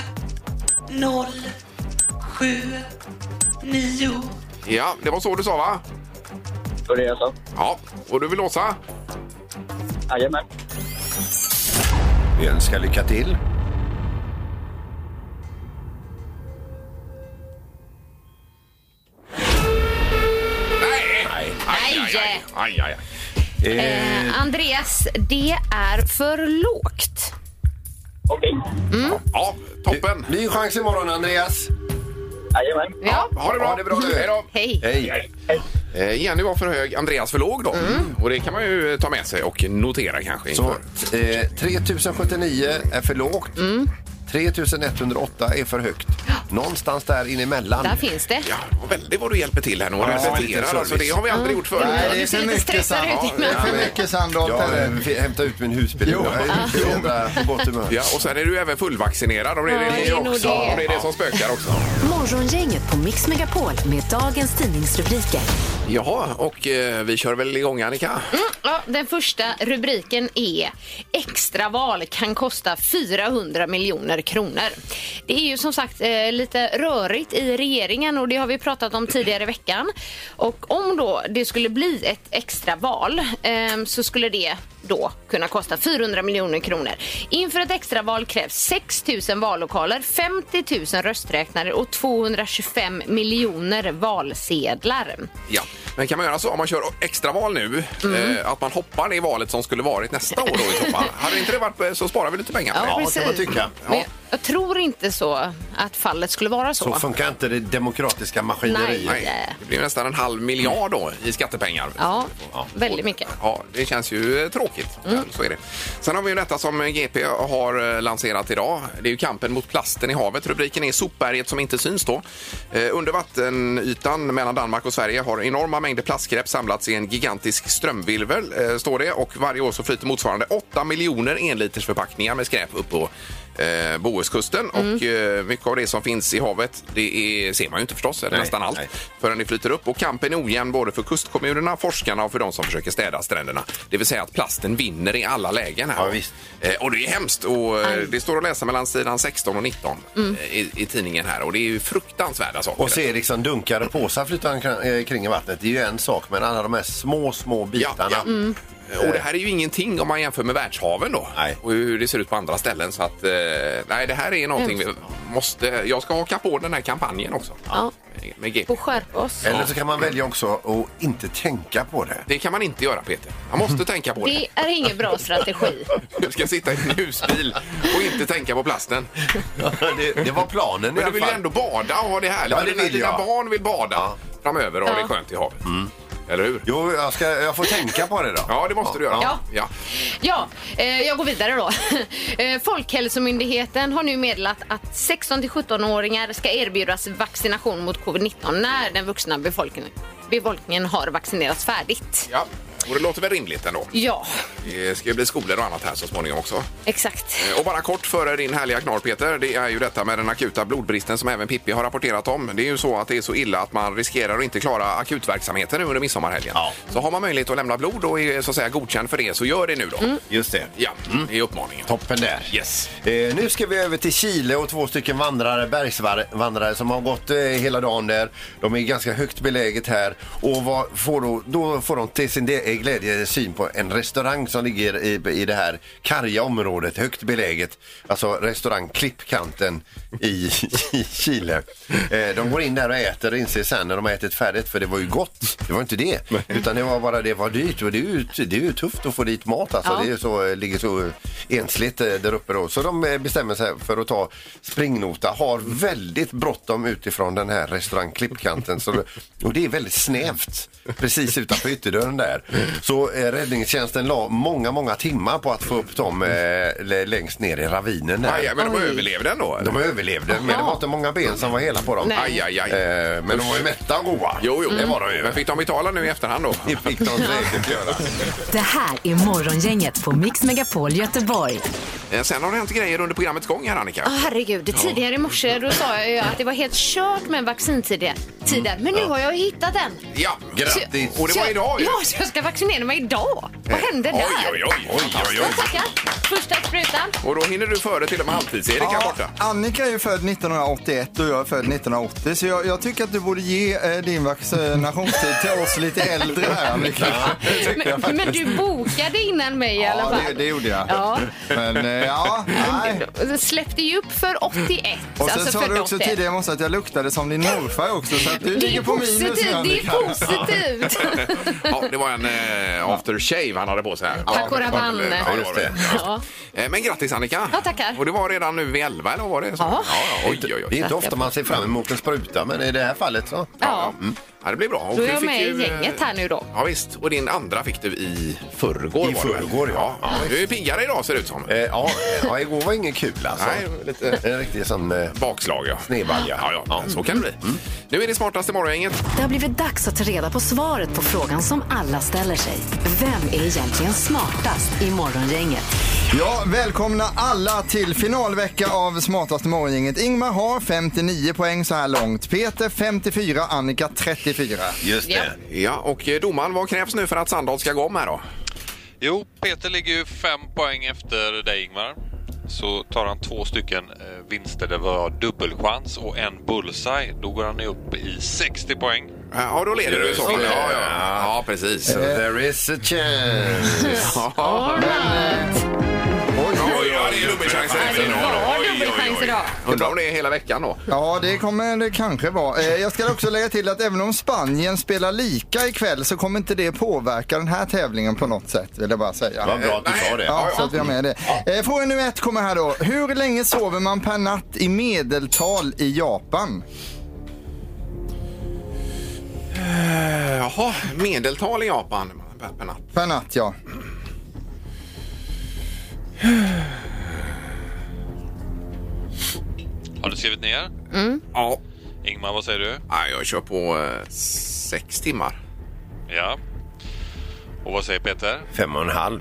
[SPEAKER 4] Ja, det var så du sa, va?
[SPEAKER 9] Var det jag sa?
[SPEAKER 4] Ja. Och du vill låsa?
[SPEAKER 9] Jajamän.
[SPEAKER 5] Vi önskar lycka till.
[SPEAKER 4] Nej! Nej! Aj, aj, aj. aj, aj, aj.
[SPEAKER 6] Eh, Andreas, det är för lågt.
[SPEAKER 9] Okej.
[SPEAKER 4] Ja, toppen!
[SPEAKER 5] Ny chans imorgon, Andreas.
[SPEAKER 9] Jajamän.
[SPEAKER 6] Ja,
[SPEAKER 4] Ha det bra!
[SPEAKER 5] Ha det bra nu.
[SPEAKER 4] Hej då!
[SPEAKER 6] hej.
[SPEAKER 5] Hej.
[SPEAKER 4] Eh, Jenny var för hög, Andreas för låg då. Och det kan man ju ta med sig och notera kanske.
[SPEAKER 5] Så,
[SPEAKER 4] inför.
[SPEAKER 5] eh, 3079 är för lågt. 3108 är för högt. Någonstans där inemellan.
[SPEAKER 6] Där finns det.
[SPEAKER 4] Ja, vad väldigt vad du hjälper till här nu och
[SPEAKER 5] Ja, lite
[SPEAKER 4] repeterar.
[SPEAKER 5] service.
[SPEAKER 4] Alltså, det har vi aldrig gjort förut.
[SPEAKER 7] Nej, det är
[SPEAKER 6] Du ser
[SPEAKER 7] för
[SPEAKER 6] lite
[SPEAKER 7] mycket
[SPEAKER 6] stressad ut,
[SPEAKER 7] Sandholt. Det är
[SPEAKER 6] Ingmar.
[SPEAKER 7] för mycket Sandholt.
[SPEAKER 5] Jag
[SPEAKER 7] här
[SPEAKER 5] eh,
[SPEAKER 7] nu.
[SPEAKER 5] f- hämtade ut min husbil.
[SPEAKER 7] Jo.
[SPEAKER 5] Jag är så jävla på gott humör.
[SPEAKER 4] Ja, och sen är du även fullvaccinerad om det är
[SPEAKER 6] Ja,
[SPEAKER 4] det,
[SPEAKER 6] det är nog
[SPEAKER 4] också.
[SPEAKER 6] det.
[SPEAKER 4] Om det är det som spökar också.
[SPEAKER 3] Morgongänget på Mix Megapol med dagens tidningsrubriker.
[SPEAKER 4] Jaha, och eh, vi kör väl igång Annika?
[SPEAKER 6] Mm, Ja, den första rubriken är extraval kan kosta 400 miljoner kronor. Det är ju som sagt eh, lite rörigt i regeringen och det har vi pratat om tidigare i veckan. Och om då det skulle bli ett extraval eh, så skulle det då kunna kosta 400 miljoner kronor. Inför ett extraval krävs 6 000 vallokaler, 50 000 rösträknare och 225 miljoner valsedlar.
[SPEAKER 4] Ja. Men kan man göra så om man kör extraval nu, eh, att man hoppar det valet som skulle varit nästa år då i så fall? Hade inte det varit eh, så sparar vi lite pengar på det.
[SPEAKER 5] vad kan man tycka?
[SPEAKER 6] Men jag- jag tror inte så att fallet skulle vara så.
[SPEAKER 5] Så funkar inte det demokratiska maskineriet.
[SPEAKER 6] Nej.
[SPEAKER 4] Nej, det blir nästan en halv miljard då i skattepengar.
[SPEAKER 6] Ja, väldigt mycket. Mm.
[SPEAKER 4] Ja, det känns ju eh, tråkigt. Så är det. Sen har vi ju detta som GP har eh, lanserat idag. Det är ju kampen mot plasten i havet. Rubriken är Sopberget som inte syns då. Eh, Under vattenytan mellan Danmark och Sverige har enorma mängder plastskräp samlats i en gigantisk strömvirvel, eh, står det. Och varje år så flyter motsvarande 8 miljoner enlitersförpackningar med skräp upp på eh, Bohuskusten.
[SPEAKER 6] Mm.
[SPEAKER 4] Och eh, mycket av det som finns i havet, det är, ser man ju inte förstås, eller nästan allt,
[SPEAKER 5] nej.
[SPEAKER 4] förrän det flyter upp. Och kampen är ojämn både för kustkommunerna, forskarna och för de som försöker städa stränderna. Det vill säga att plasten vinner i alla lägen här.
[SPEAKER 5] Ja, visst.
[SPEAKER 4] Eh, och det är hemskt. Och, eh, det står att läsa mellan sidan 16 och 19 eh, i, i tidningen här. Och det är ju fruktansvärda saker.
[SPEAKER 5] Och se liksom dunkade påsar flytta omkring- eh, kring i vattnet. Det är ju en sak, men alla de här små, små
[SPEAKER 4] Ja,
[SPEAKER 5] bitarna.
[SPEAKER 4] ja. Och det här är ju ingenting om man jämför med världshaven då.
[SPEAKER 5] Nej.
[SPEAKER 4] Och hur det ser ut på andra ställen. Så att, eh, nej, det här är någonting vi måste... Jag ska haka på den här kampanjen också.
[SPEAKER 6] Ja.
[SPEAKER 4] Med GP.
[SPEAKER 6] Och skärpa oss.
[SPEAKER 5] Eller så kan man välja också att inte tänka på det.
[SPEAKER 4] Det kan man inte göra Peter. Man måste tänka på det.
[SPEAKER 6] Det är ingen bra strategi.
[SPEAKER 4] Du ska sitta i en husbil och inte tänka på plasten.
[SPEAKER 5] det, det var planen i
[SPEAKER 4] Men du
[SPEAKER 5] alla
[SPEAKER 4] vill ju
[SPEAKER 5] fall.
[SPEAKER 4] ändå bada och ha det härligt.
[SPEAKER 5] Ja, det
[SPEAKER 4] Dina-
[SPEAKER 5] vill
[SPEAKER 4] Dina
[SPEAKER 5] jag. Mm.
[SPEAKER 4] barn vill bada framöver och ha det
[SPEAKER 6] Ja.
[SPEAKER 4] skönt i havet. Eller hur?
[SPEAKER 5] Jo, jag, ska, jag får tänka på det då.
[SPEAKER 4] Ja, det måste du göra.
[SPEAKER 6] Ja.
[SPEAKER 4] Ja.
[SPEAKER 6] Ja, eh, jag går vidare då. Eh, Folkhälsomyndigheten har nu meddelat att 16-17-åringar ska erbjudas vaccination mot covid-19 när den vuxna befolkningen, befolkningen har vaccinerats färdigt.
[SPEAKER 4] ja. Och det låter väl rimligt ändå.
[SPEAKER 6] Ja,
[SPEAKER 4] Det ska ju bli skolor och annat här så småningom också. Eh,
[SPEAKER 6] exakt.
[SPEAKER 4] Och bara kort före din härliga knorr Peter, det är ju detta med den akuta blodbristen som även Pippi har rapporterat om. Det är ju så att det är så illa att man riskerar att inte klara akutverksamheten nu under midsommarhelgen. Så har man möjlighet att lämna blod och är så att säga godkänd för det så gör det nu då.
[SPEAKER 6] Mm.
[SPEAKER 5] Just det.
[SPEAKER 4] Ja, det är uppmaningen.
[SPEAKER 5] Mm. Toppen där.
[SPEAKER 4] Yes.
[SPEAKER 5] Eh, nu ska vi över till Chile och två stycken vandrare, bergsvandrare som har gått eh, hela dagen där. De är ganska högt beläget här och vad får då, då får de till sin de- eh, alltid glädje syn på en restaurang som ligger i, i det här karga området, högt beläget. Alltså restaurang Klippkanten i, i Chile. Eh, de går in där och äter och inser sen när de har ätit färdigt, för det var ju gott. Det var inte det, utan det var bara det var dyrt. Och det är ju, det är ju tufft att få dit mat alltså.
[SPEAKER 6] Ja.
[SPEAKER 5] Det är ju så, ligger så ensligt eh, där uppe då. Så de eh, bestämmer sig för att ta springnota. Har väldigt bråttom utifrån den här restaurang Klippkanten. Så, och det är väldigt snävt precis utanför ytterdörren där. Så eh, räddningstjänsten la många, många timmar på att få upp dem eh, l- längst ner i ravinen där.
[SPEAKER 4] Aj, men de
[SPEAKER 6] Oj.
[SPEAKER 4] överlevde ändå.
[SPEAKER 5] De överlevde, men det var inte många ben som var hela på dem.
[SPEAKER 6] Nej.
[SPEAKER 4] Aj, aj, aj.
[SPEAKER 5] Eh, men de var ju mätta och goa.
[SPEAKER 4] Jo, jo,
[SPEAKER 5] Det
[SPEAKER 6] Mm.
[SPEAKER 5] var de ju.
[SPEAKER 4] Men fick de betala nu i efterhand då?
[SPEAKER 5] Det fick de säkert göra.
[SPEAKER 3] Det här är Morgongänget på Mix Megapol Göteborg.
[SPEAKER 4] Eh, Sen har det hänt grejer under programmets gång här, Annika.
[SPEAKER 6] Ja, herregud. Tidigare i morse då sa jag ju att det var helt kört med vaccintiden. Tiden. Men nu har jag ju hittat den.
[SPEAKER 4] Ja,
[SPEAKER 5] Grattis.
[SPEAKER 4] Och det var
[SPEAKER 6] Så-
[SPEAKER 4] idag ju. Eh,
[SPEAKER 6] Ja, så jag ska vaccinera mig idag. Vad
[SPEAKER 7] Eh,
[SPEAKER 6] hände
[SPEAKER 4] Oj,
[SPEAKER 6] där?
[SPEAKER 4] oj, oj. oj, oj,
[SPEAKER 6] Ja,
[SPEAKER 4] oj.
[SPEAKER 6] tackar. Första sprutan.
[SPEAKER 4] Och då hinner du före till och med halvtids-Erik här
[SPEAKER 7] Ja,
[SPEAKER 4] borta.
[SPEAKER 7] Annika är ju född 1981 och jag är född 1980 så jag, jag tycker att du borde ge eh, din vaccinationstid till oss lite äldre här Annika.
[SPEAKER 6] Men, men du bokade innan mig i alla
[SPEAKER 7] Ja,
[SPEAKER 6] fall.
[SPEAKER 7] det, det gjorde jag.
[SPEAKER 6] Ja.
[SPEAKER 7] Men eh, ja, nej.
[SPEAKER 6] Släppte ju upp för 81.
[SPEAKER 7] Och sen
[SPEAKER 6] alltså
[SPEAKER 7] sa
[SPEAKER 6] för
[SPEAKER 7] du också
[SPEAKER 6] 80.
[SPEAKER 7] tidigare i morse att jag luktade som din morfar också så att du
[SPEAKER 6] Det är
[SPEAKER 7] ligger på
[SPEAKER 6] positivt.
[SPEAKER 7] minus nu
[SPEAKER 6] Det är
[SPEAKER 7] Annika.
[SPEAKER 6] positivt.
[SPEAKER 4] Ja, det var en eh, aftershave han hade på sig. här.
[SPEAKER 6] Tack och
[SPEAKER 4] Ja,
[SPEAKER 6] rabanne.
[SPEAKER 4] det var
[SPEAKER 5] just det.
[SPEAKER 6] Ja.
[SPEAKER 4] Eh, Men grattis Annika!
[SPEAKER 6] Ja, tackar.
[SPEAKER 4] Och det var redan nu vid 11 eller vad var det?
[SPEAKER 6] Ja.
[SPEAKER 4] ja oj, oj,
[SPEAKER 5] Det är
[SPEAKER 4] oj.
[SPEAKER 5] inte ofta man ser fram emot en spruta, men i det här fallet så.
[SPEAKER 6] Ja.
[SPEAKER 4] Ja, det blir bra. Och
[SPEAKER 6] Då är
[SPEAKER 4] du
[SPEAKER 6] jag
[SPEAKER 4] fick
[SPEAKER 6] med
[SPEAKER 4] ju,
[SPEAKER 6] i
[SPEAKER 4] eh,
[SPEAKER 6] gänget här nu då.
[SPEAKER 4] Ja, visst. Och din andra fick du i förrgår.
[SPEAKER 5] I
[SPEAKER 4] var det väl?
[SPEAKER 5] förrgår, ja.
[SPEAKER 4] ja. Du är ju piggare idag ser det ut som.
[SPEAKER 5] Eh, ja, ja, igår var ingen kul alltså.
[SPEAKER 4] Nej, lite
[SPEAKER 5] En riktig sån... Eh,
[SPEAKER 4] bakslag ja.
[SPEAKER 5] Snedbalja.
[SPEAKER 4] Ja, Mm. ja, så kan det bli. Nu är det smartaste morgongänget.
[SPEAKER 3] Det har blivit dags att ta reda på svaret på frågan som alla ställer sig. Vem är egentligen smartast i Morgongänget?
[SPEAKER 7] Ja, välkomna alla till finalvecka av Smartaste morgongänget. Ingmar har 59 poäng så här långt. Peter 54, Annika 34.
[SPEAKER 5] just det.
[SPEAKER 6] Ja.
[SPEAKER 4] Ja, och eh, domaren, vad krävs nu för att Sandahl ska gå om här då?
[SPEAKER 10] Jo, Peter ligger ju fem poäng efter dig Ingmar. Så tar han två stycken eh, vinster där det var dubbelchans och en bullseye. Då går han ju upp i 60 poäng.
[SPEAKER 4] Ja, då leder du i så fall. Ja, ja. ja precis.
[SPEAKER 5] So there is a
[SPEAKER 7] Eh, Oj,
[SPEAKER 4] Ja.
[SPEAKER 5] chance.
[SPEAKER 4] Oj, ja, det är dubbelchanser.
[SPEAKER 6] Det var
[SPEAKER 4] Oj, oj, oj.
[SPEAKER 6] dubbelchans idag.
[SPEAKER 4] Undrar om det är hela veckan då.
[SPEAKER 7] Ja, det kommer det kanske vara. Eh, Jag ska också lägga till att även om Spanien spelar lika ikväll så kommer inte det påverka den här tävlingen på något sätt, vill jag bara säga.
[SPEAKER 5] Vad bra att du sa det.
[SPEAKER 7] Ja, så att vi har med det. Eh, Fråga nummer ett kommer här då. Hur länge sover man per natt i medeltal i Japan?
[SPEAKER 4] Eh, Jaha, medeltal i Japan per, per natt.
[SPEAKER 7] Per natt, ja.
[SPEAKER 10] Har du skrivit ner?
[SPEAKER 4] Ja.
[SPEAKER 10] Ingmar, vad säger du?
[SPEAKER 4] ja, jag kör på eh, sex timmar.
[SPEAKER 10] Ja. Och vad säger Peter?
[SPEAKER 5] Fem och en halv.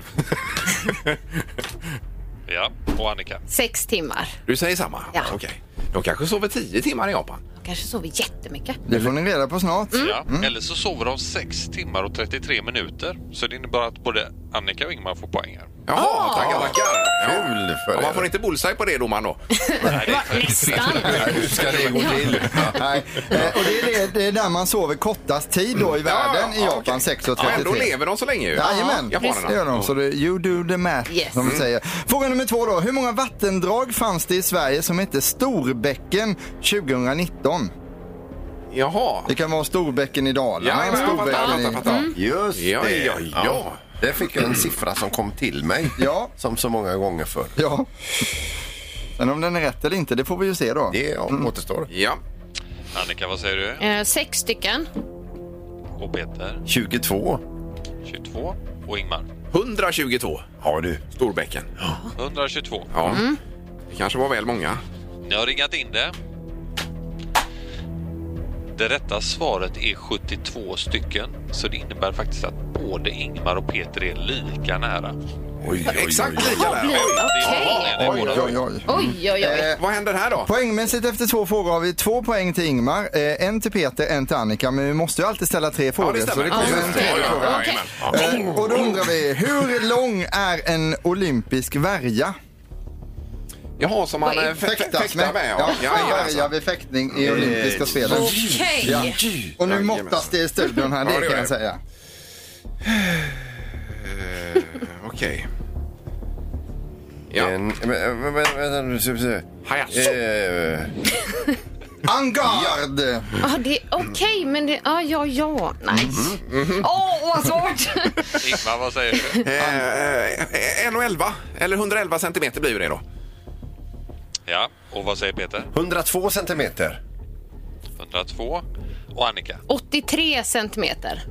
[SPEAKER 10] Ja. Och Annika?
[SPEAKER 6] Sex timmar.
[SPEAKER 4] Du säger samma?
[SPEAKER 6] Ja.
[SPEAKER 4] Okej. De kanske sover tio timmar i Japan.
[SPEAKER 6] Jag kanske sover jättemycket.
[SPEAKER 7] Det får ni reda på snart.
[SPEAKER 10] Ja. Eller så sover de 6 timmar och 33 minuter. Så det innebär att både Annika och Ingmar får poäng här.
[SPEAKER 4] Jaha, tackar, tackar. Ah. Ja.
[SPEAKER 5] Kul för
[SPEAKER 4] Ja, man får
[SPEAKER 5] er.
[SPEAKER 4] inte bullseye på det domaren då.
[SPEAKER 6] Nästan.
[SPEAKER 5] Nej, Hur ska det gå till?
[SPEAKER 7] Nej. Eh, Och det är, det, det är där man sover kortast tid då i världen i Japan,
[SPEAKER 4] okej.
[SPEAKER 7] 6 och
[SPEAKER 4] Ja, ändå
[SPEAKER 7] 33.
[SPEAKER 4] lever de så länge ju.
[SPEAKER 7] Jajamän,
[SPEAKER 4] Japanerna.
[SPEAKER 7] det gör de. Så det, you do the math,
[SPEAKER 6] Yes.
[SPEAKER 7] som vi
[SPEAKER 4] Mm.
[SPEAKER 7] säger. Fråga nummer två då. Hur många vattendrag fanns det i Sverige som hette Storbäcken 2019?
[SPEAKER 4] Jaha.
[SPEAKER 7] Det kan vara Storbäcken i Dalarna,
[SPEAKER 4] Ja, ja, jag fattar,
[SPEAKER 7] Storbäcken
[SPEAKER 4] fattar,
[SPEAKER 7] i... Mm.
[SPEAKER 4] fattar.
[SPEAKER 5] Just det.
[SPEAKER 4] Ja, ja, ja.
[SPEAKER 5] Där fick jag en siffra som kom till mig.
[SPEAKER 7] Ja.
[SPEAKER 5] Som så många gånger förr.
[SPEAKER 7] Ja. Men om den är rätt eller inte, det får vi ju se då.
[SPEAKER 5] Det ja, återstår.
[SPEAKER 4] Ja.
[SPEAKER 10] Annika, vad säger du?
[SPEAKER 6] Eh, sex stycken.
[SPEAKER 10] Och Peter?
[SPEAKER 5] 22
[SPEAKER 10] 22. Och Ingmar?
[SPEAKER 4] 122,
[SPEAKER 5] har du.
[SPEAKER 4] Storbäcken.
[SPEAKER 10] 122.
[SPEAKER 4] Ja. Det kanske var väl många.
[SPEAKER 10] Ni har ringat in det. Det rätta svaret är 72 stycken, så det innebär faktiskt att både Ingmar och Peter är lika nära.
[SPEAKER 5] Oj, oj,
[SPEAKER 4] Exakt
[SPEAKER 5] oj.
[SPEAKER 4] lika där. Oj.
[SPEAKER 10] Okej! Det är
[SPEAKER 7] Oj,
[SPEAKER 10] båda.
[SPEAKER 7] oj, oj.
[SPEAKER 6] Oj, oj,
[SPEAKER 7] Eh.
[SPEAKER 6] oj.
[SPEAKER 4] Vad händer här då?
[SPEAKER 7] Poängmässigt efter två frågor har vi två poäng till Ingmar, eh, en till Peter, en till Annika. Men vi måste ju alltid ställa tre frågor. så det kommer en tredje fråga.
[SPEAKER 4] Ja,
[SPEAKER 6] Okej.
[SPEAKER 4] jajamän.
[SPEAKER 7] Eh, Och då undrar vi, hur lång är en olympisk värja?
[SPEAKER 4] Jaha, som man
[SPEAKER 6] Vad är-
[SPEAKER 4] eh, fä- fä- fäktar med.
[SPEAKER 7] Ja,
[SPEAKER 4] Ja, ja, alltså.
[SPEAKER 7] en
[SPEAKER 4] ja,
[SPEAKER 7] värja vid fäktning i olympiska spelen.
[SPEAKER 6] Okej.
[SPEAKER 7] Och nu måttas det i studion här,
[SPEAKER 4] Ja, det
[SPEAKER 7] det
[SPEAKER 4] gör
[SPEAKER 7] kan jag
[SPEAKER 4] det.
[SPEAKER 7] säga.
[SPEAKER 4] Okej. Ja.
[SPEAKER 5] En, men, men, vänta nu ska vi se.
[SPEAKER 4] Hayaso.
[SPEAKER 5] Eh,
[SPEAKER 7] Angard!
[SPEAKER 6] Ja, det är okej, men det... Ja, ja, ja. Nice.
[SPEAKER 7] Mm-hmm,
[SPEAKER 6] Åh, vad svårt!
[SPEAKER 10] Ingmar, vad säger du?
[SPEAKER 4] Eh, 111 eller 111 centimeter blir det då.
[SPEAKER 10] Ja, och vad säger Peter?
[SPEAKER 5] 102 centimeter.
[SPEAKER 10] 102. Och Annika?
[SPEAKER 6] 83 centimeter.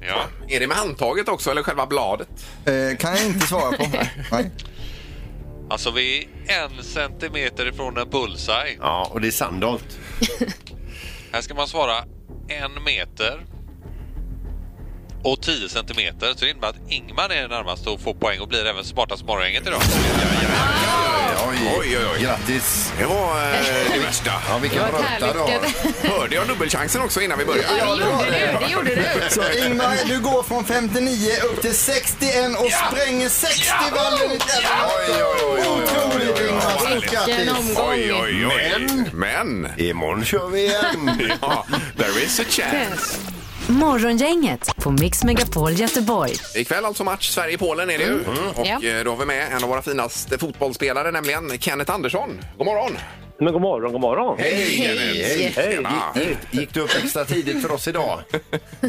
[SPEAKER 10] Ja.
[SPEAKER 4] Är det med handtaget också eller själva bladet?
[SPEAKER 7] Eh, kan jag inte svara på. Nej.
[SPEAKER 10] Alltså vi är en centimeter ifrån en bullseye.
[SPEAKER 5] Ja, och det är Sandholt.
[SPEAKER 10] Här ska man svara en meter och 10 centimeter. Så det innebär att Ingmar är närmast och får poäng och blir även smartast morgongänget idag.
[SPEAKER 5] Oj,
[SPEAKER 4] Oj, oj, oj.
[SPEAKER 5] Grattis!
[SPEAKER 4] Det var eh, det värsta.
[SPEAKER 5] Ja, vilken
[SPEAKER 6] Det var
[SPEAKER 5] röta du har.
[SPEAKER 6] härligt.
[SPEAKER 4] Hörde jag dubbelchansen också innan vi började?
[SPEAKER 6] Ja, det gjorde du. Det gjorde du.
[SPEAKER 7] Så Ingmar, du går från 59 upp till 61 och spränger 60-vallen i tävlingen.
[SPEAKER 5] Oj, oj, oj, oj, oj, oj,
[SPEAKER 7] Otroligt
[SPEAKER 5] oj.
[SPEAKER 7] Ingmar, stort
[SPEAKER 6] Vilken
[SPEAKER 7] grattis!
[SPEAKER 6] omgång.
[SPEAKER 4] Oj, oj, oj. Men.
[SPEAKER 5] Imorgon kör vi igen!
[SPEAKER 4] Ja, there is a chance.
[SPEAKER 3] Morgongänget på Mix Megapol Göteborg.
[SPEAKER 4] Ikväll alltså match Sverige-Polen är det ju. Och
[SPEAKER 6] Mm. Ja.
[SPEAKER 4] eh, då har vi med en av våra finaste fotbollsspelare, nämligen Kenneth Andersson. God morgon!
[SPEAKER 11] Men god morgon, god morgon.
[SPEAKER 5] Hej, hej, hej!
[SPEAKER 4] Tjena.
[SPEAKER 5] Gick, gick du upp extra tidigt för oss idag?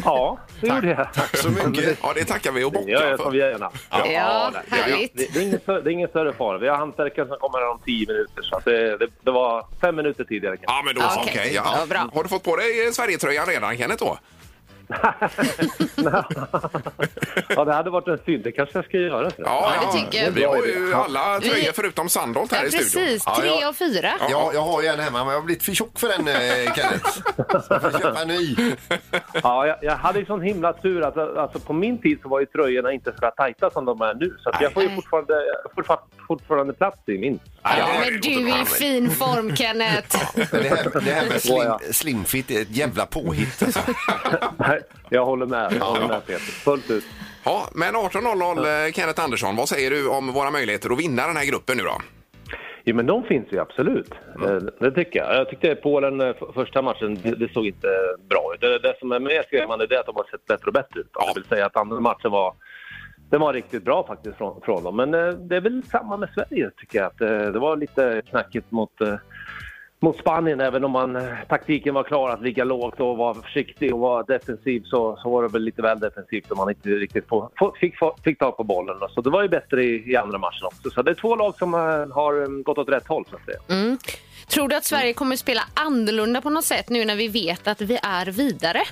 [SPEAKER 11] Ja, det gjorde jag.
[SPEAKER 5] Tack så mycket!
[SPEAKER 4] Ja, det tackar vi och
[SPEAKER 11] Det gör
[SPEAKER 4] bockar
[SPEAKER 11] jag som
[SPEAKER 4] för.
[SPEAKER 11] gärna.
[SPEAKER 6] Ja,
[SPEAKER 11] det-
[SPEAKER 6] härligt.
[SPEAKER 11] Det, det, är ingen större, det är ingen större fara. Vi har hantverkaren som kommer här om tio minuter. Så att det, det, det var fem minuter tidigare. kanske.
[SPEAKER 4] Ja, men då så.
[SPEAKER 6] Okej.
[SPEAKER 4] Okej,
[SPEAKER 6] Ja, bra.
[SPEAKER 4] Har du fått på dig eh, Sverigetröjan redan, Kenneth? Då?
[SPEAKER 11] Ja, det hade varit en synd. Det kanske jag ska göra. Så.
[SPEAKER 6] Ja, det tycker jag.
[SPEAKER 4] Vi har ju alla
[SPEAKER 6] Vi-
[SPEAKER 4] tröjor förutom Sandholt här
[SPEAKER 6] Ja,
[SPEAKER 4] i studion.
[SPEAKER 6] precis.
[SPEAKER 5] Ja, ja.
[SPEAKER 6] Tre av fyra.
[SPEAKER 5] Ja, jag har ju en hemma, men jag har blivit för tjock för den, eh, Kenneth. Så jag får köpa en ny.
[SPEAKER 11] Ja, jag, jag hade ju sån himla tur. Att, alltså, på min tid så var ju tröjorna inte så där tajta som de är nu. Så att jag får ju fortfarande, fortfarande, fortfarande plats i min.
[SPEAKER 6] Ja,
[SPEAKER 4] det
[SPEAKER 6] men
[SPEAKER 4] låter
[SPEAKER 6] du
[SPEAKER 4] bra.
[SPEAKER 6] är i fin form, Kenneth.
[SPEAKER 5] Men Det här, det här med slim, slimfit är ett jävla påhitt. Alltså.
[SPEAKER 11] Nej, jag håller med. Jag håller med Peter. Fullt ut.
[SPEAKER 4] Ja, men 18.00, eh, Kenneth Andersson, vad säger du om våra möjligheter att vinna den här gruppen nu då?
[SPEAKER 11] Jo, men de finns ju absolut. Eh, Det tycker jag. Jag tyckte Polen, eh, f- första matchen, det, det såg inte bra ut. Det, det som är mer skrämmande det är att de har sett bättre och bättre ut.
[SPEAKER 4] Ja.
[SPEAKER 11] Det vill säga att andra matchen var, den var riktigt bra faktiskt från, från dem. Men eh, det är väl samma med Sverige tycker jag. Att, eh, det var lite knackigt mot, eh, mot Spanien även om man, eh, taktiken var klar att ligga lågt och vara försiktig och vara defensiv så, så var det väl lite väl defensivt om man inte riktigt få, få, fick, få, fick tag på bollen. Så det var ju bättre i, i andra matchen också. Så det är två lag som eh, har eh, gått åt rätt håll så att säga.
[SPEAKER 6] Mm. Tror du att Sverige kommer spela annorlunda på något sätt nu när vi vet att vi är vidare?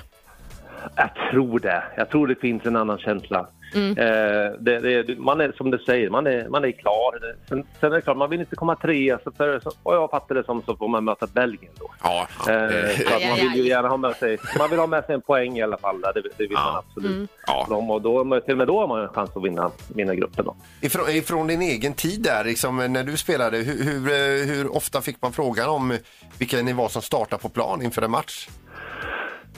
[SPEAKER 11] Jag tror det. Jag tror det finns en annan känsla. Eh, det, det, man är som du säger, man är, man är klar. Sen, sen är det klart, man vill inte komma trea. Så för, så, och jag fattar det som så får man möta Belgien då.
[SPEAKER 4] Ja,
[SPEAKER 11] Eh, så att man vill ju gärna ha med sig, man vill ha med sig en poäng i alla fall. där, Det, det vill man absolut.
[SPEAKER 4] Ja.
[SPEAKER 11] De, och då, till och med då har man en chans att vinna, vinna gruppen. Då.
[SPEAKER 5] Ifrån, ifrån din egen tid där, liksom, när du spelade, hur, hur, eh, hur ofta fick man frågan om vilka ni var som startade på plan inför en match?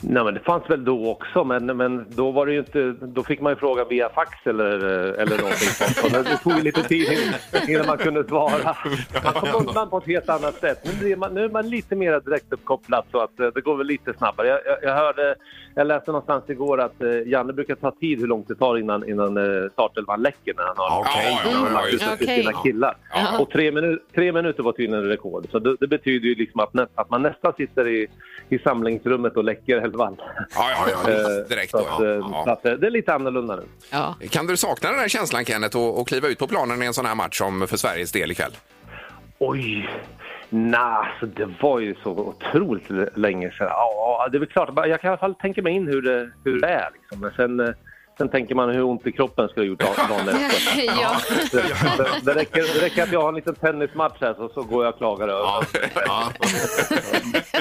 [SPEAKER 11] Nej, men det fanns väl då också, men, men då, var det ju inte, då fick man ju fråga via fax eller, eh, eller någonting sånt. Så det tog ju lite tid innan- innan man kunde svara. Man kom undan på ett helt annat sätt. Nu är man, nu är man lite mer direktuppkopplad så att eh, det går väl lite snabbare. Jag, jag, jag, hörde, jag läste någonstans igår att eh, Janne brukar ta tid hur långt det tar innan, innan eh, startelvan läcker när han har
[SPEAKER 4] Okej.
[SPEAKER 11] när han har lagt ut det till sina killar.
[SPEAKER 6] Ja.
[SPEAKER 11] Och tre, minu- tre minuter var tydligen rekord. Så det, det betyder ju liksom att, nä- att man nästan sitter i, i samlingsrummet och läcker elvan.
[SPEAKER 4] Ja, ja, ja, visst, direkt
[SPEAKER 11] Så
[SPEAKER 4] då.
[SPEAKER 11] att, eh,
[SPEAKER 4] Ja.
[SPEAKER 11] så att, eh, det är lite annorlunda nu.
[SPEAKER 6] Ja.
[SPEAKER 4] Kan du sakna den här känslan, Kenneth, och, och kliva ut på planen i en sån här match som för Sveriges del ikväll?
[SPEAKER 11] Oj! Nej, så det var ju så otroligt l- länge sedan. Ja, det är väl klart. Jag kan i alla fall tänka mig in hur det, hur det är. Liksom. Men sen, eh, sen tänker man hur ont i kroppen skulle ha gjort dagen- dagen efter.
[SPEAKER 6] ja.
[SPEAKER 11] Det, det, det, räcker, det räcker att jag har en liten tennismatch här så, så går jag och klagar över.
[SPEAKER 5] Ja.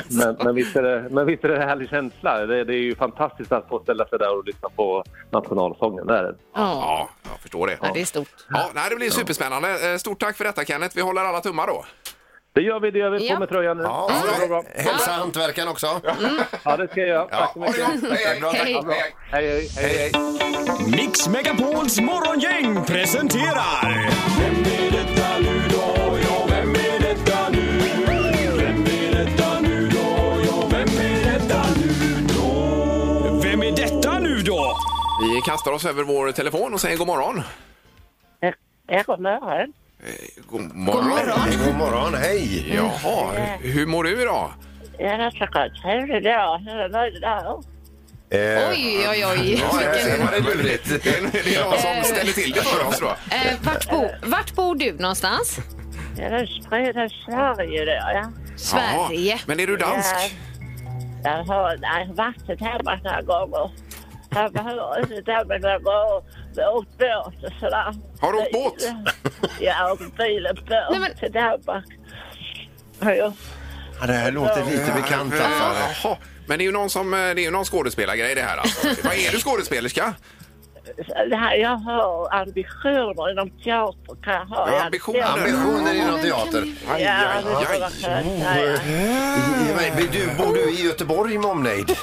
[SPEAKER 11] Men, men, visst är det, men visst är det en härlig känsla. Det, det är ju fantastiskt att få ställa sig där och lyssna på nationalsången. Det är det.
[SPEAKER 6] ja.
[SPEAKER 4] Ja, jag förstår det.
[SPEAKER 6] ja, det är stort.
[SPEAKER 4] Ja, nej, det blir superspännande. Eh, Stort tack för detta, Kenneth. Vi håller alla tummar då.
[SPEAKER 11] det gör vi, det gör vi.
[SPEAKER 6] Ja.
[SPEAKER 11] På med tröjan nu.
[SPEAKER 5] Ja,
[SPEAKER 11] Bra, bra, bra.
[SPEAKER 5] Hälsa hantverkaren också.
[SPEAKER 11] Ja, det ska jag göra. Tack så mycket.
[SPEAKER 5] Hej, bra, tack.
[SPEAKER 6] Hej.
[SPEAKER 11] Hej, hej, hej.
[SPEAKER 5] Hej, hej.
[SPEAKER 12] Mix Megapols morgongäng presenterar... Vem är detta nu då? Ja, vem är detta nu? Vem är detta nu då? Ja, vem är detta nu då? Vem är detta nu då?
[SPEAKER 4] Vi kastar oss över vår telefon och säger god morgon.
[SPEAKER 8] Ja, god morgon.
[SPEAKER 4] God morgon.
[SPEAKER 8] God morgon.
[SPEAKER 5] God morgon, hej!
[SPEAKER 4] Jaha, hur- hur mår du idag?
[SPEAKER 8] Jag är så gott. Hur är det? Hur är det idag?
[SPEAKER 6] Oj, oj, oj.
[SPEAKER 4] Ja, jag ser vad det är lurigt. Det är jag som ställer till det för oss då.
[SPEAKER 6] Eh, vart, bo, vart bor du någonstans?
[SPEAKER 8] Jag är sprida Sverige där, ja.
[SPEAKER 6] Sverige.
[SPEAKER 4] Men är du dansk?
[SPEAKER 8] Ja. Jag har nej, varit hemma några gånger. Jag har varit hemma några gånger. och Åkt båt och sådär.
[SPEAKER 4] Har du åkt båt?
[SPEAKER 8] Ja, åkt bil och båt till Danmark. Ja.
[SPEAKER 5] Ja, det här låter lite bekant. Alltså.
[SPEAKER 4] Jaha. Men det är ju någon, som, eh, det är ju någon skådespelargrej det här alltså. Vad är du skådespelerska?
[SPEAKER 8] Det här, jag har ambitioner inom teater. Kan jag ha.
[SPEAKER 4] Ja, ambitioner.
[SPEAKER 5] Ambitioner inom teater.
[SPEAKER 4] Aj,
[SPEAKER 8] Ja,
[SPEAKER 4] aj,
[SPEAKER 8] det
[SPEAKER 4] aj. Mm.
[SPEAKER 8] var skönt. Ja, ja.
[SPEAKER 5] I- men Du, bor du i Göteborg med omnejd?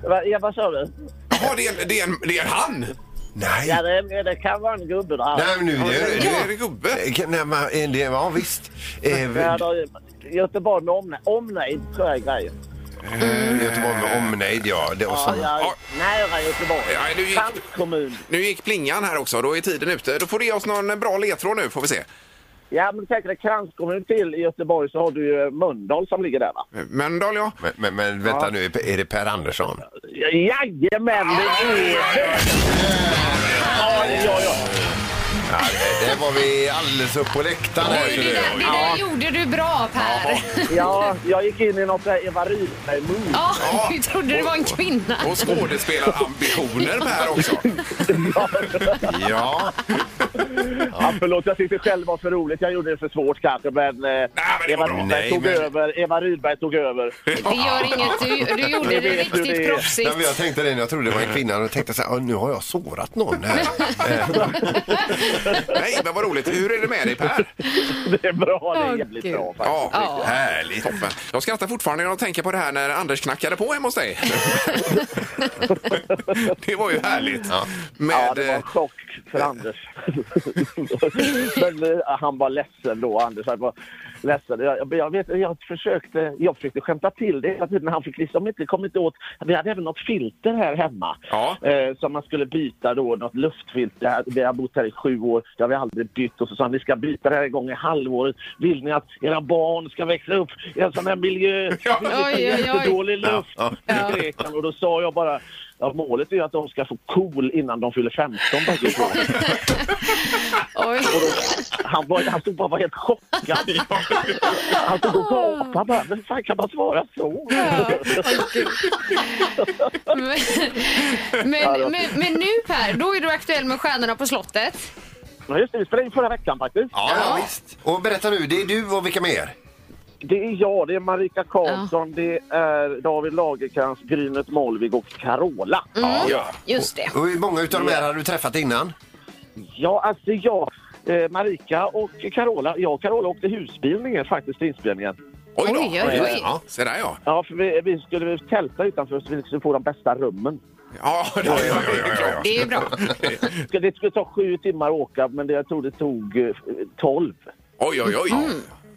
[SPEAKER 8] Va- Ja, vad sa du?
[SPEAKER 4] Jaha, det är, en- det är, en, det är en han!
[SPEAKER 5] Nej,
[SPEAKER 8] Ja, det, det kan vara en gubbe där.
[SPEAKER 5] nej men nu är
[SPEAKER 4] Nu
[SPEAKER 5] det...
[SPEAKER 4] är det gubbe.
[SPEAKER 5] Eh, Nej, men, eh, det- ja, visst. Eh,
[SPEAKER 8] Ja, det är Göteborg med omne- omnejd tror jag är grejen.
[SPEAKER 5] eh, Göteborg med omnejd, ja. Det, och
[SPEAKER 8] Ja,
[SPEAKER 5] så,
[SPEAKER 8] jag är
[SPEAKER 4] Ja.
[SPEAKER 8] nära Göteborg.
[SPEAKER 4] Ja, du gick-
[SPEAKER 8] Sands kommun.
[SPEAKER 4] Nu gick plingan här också, då är tiden ute. Då får du ge oss någon bra ledtråd nu får vi se.
[SPEAKER 8] Ja, men tänk dig kranskommun till i Göteborg så har du ju eh, Mölndal som ligger där va?
[SPEAKER 4] Mölndal ja.
[SPEAKER 5] men, men, men vänta nu, är det Per Andersson?
[SPEAKER 8] Jajamän, det är... Oj, oj, oj.
[SPEAKER 5] Ja, det, det var vi alldeles upp på läktaren här.
[SPEAKER 6] Oj,
[SPEAKER 5] ser
[SPEAKER 6] det,
[SPEAKER 5] du.
[SPEAKER 6] där, det där gjorde du bra, Per.
[SPEAKER 8] Ja, jag gick in i något där Eva Rydberg-mood.
[SPEAKER 6] Ja, du trodde det var en kvinna.
[SPEAKER 4] Och skådespelarambitioner här också.
[SPEAKER 5] Ja,
[SPEAKER 8] Ja, förlåt, jag tyckte själv det var för roligt. Jag gjorde det för svårt kanske, men,
[SPEAKER 4] det
[SPEAKER 8] eh,
[SPEAKER 4] var
[SPEAKER 8] Eva,
[SPEAKER 4] bra.
[SPEAKER 8] Rydberg
[SPEAKER 5] Nej,
[SPEAKER 8] tog
[SPEAKER 5] men-
[SPEAKER 8] över, Eva Rydberg tog över.
[SPEAKER 6] Det gör inget. Du, du gjorde
[SPEAKER 8] Jag
[SPEAKER 6] det
[SPEAKER 8] vet hur det
[SPEAKER 6] riktigt
[SPEAKER 8] är.
[SPEAKER 5] Nej,
[SPEAKER 6] proffsigt.
[SPEAKER 5] men jag tänkte det när jag trodde det var en kvinna och tänkte så här, "Ah, nu har jag sårat någon här. Eh,
[SPEAKER 4] Nej, men vad roligt. Hur är det med dig Per?
[SPEAKER 8] Det är bra, det
[SPEAKER 6] Åh,
[SPEAKER 8] är jävligt
[SPEAKER 6] Gud.
[SPEAKER 8] bra faktiskt.
[SPEAKER 4] Ja,
[SPEAKER 6] Ja.
[SPEAKER 4] härligt. Toppen. Jag skrattar fortfarande när jag tänker på det här när Anders knackade på hemma hos dig. det var ju härligt. Med, eh,
[SPEAKER 8] Ja, det var en chock för Anders. Men eh, han var ledsen då, Anders. Han var ledsen. Jag, jag- jag, vet, jag, försökte, jag försökte skämta till det hela tiden. Han fick liksom inte kommit åt... Vi hade även något filter här hemma
[SPEAKER 4] Ja.
[SPEAKER 8] eh, som man skulle byta då, något luftfilter. Här- Vi har bott här i sju år, det har vi aldrig bytt. Och så sa han, vi ska byta det här en gång i halvåret. Vill ni att era barn ska växa upp i en sån här miljö?
[SPEAKER 4] Ja.
[SPEAKER 6] Oj, oj, oj.
[SPEAKER 8] Jättedålig luft
[SPEAKER 5] Ja.
[SPEAKER 8] i Grekland. Och då sa jag bara, ja, målet är ju att de ska få KOL innan de fyller 15 bägge två.
[SPEAKER 6] Oj.
[SPEAKER 8] Han, var, han stod bara var helt chockad. Han stod och gapade bara, men fan kan man svara så?
[SPEAKER 6] Men, men, men, men nu Per, då är du aktuell med Stjärnorna på slottet.
[SPEAKER 8] Ja, just det, vi spelade in förra veckan faktiskt.
[SPEAKER 5] ja, ja, visst. Och berätta nu, det är du och vilka mer?
[SPEAKER 8] Det är jag, det är Marika Karlsson, det är David Lagercrantz, Grynet Molvig och Carola.
[SPEAKER 4] Mm. ja.
[SPEAKER 6] Just det.
[SPEAKER 5] Och hur många utav de här har du träffat innan?
[SPEAKER 8] Ja, alltså jag, eh, Marika och Carola, jag och Carola åkte husbilningen faktiskt till inspelningen.
[SPEAKER 4] Oj då.
[SPEAKER 6] Oj, oj, oj.
[SPEAKER 4] Ja, se där ja.
[SPEAKER 8] Ja, för vi, vi skulle tälta utanför så vi skulle få de bästa rummen.
[SPEAKER 4] Ja, det var ju ja, klart.
[SPEAKER 6] Det är bra.
[SPEAKER 8] Ska- Det skulle ta sju timmar att åka, men det, jag tror det tog eh, tolv.
[SPEAKER 4] Oj, oj, Mm. oj.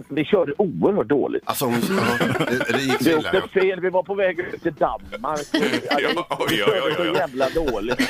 [SPEAKER 8] Vi körde oerhört dåligt.
[SPEAKER 5] Alltså, hon, ja, det, det gick så
[SPEAKER 8] Vi
[SPEAKER 5] illa.
[SPEAKER 8] åkte
[SPEAKER 5] ja.
[SPEAKER 8] fel, vi var på väg ut till Danmark.
[SPEAKER 4] Ja, oj,
[SPEAKER 8] Vi
[SPEAKER 4] oj,
[SPEAKER 8] körde
[SPEAKER 4] oj,
[SPEAKER 8] så
[SPEAKER 4] oj.
[SPEAKER 8] jävla dåligt.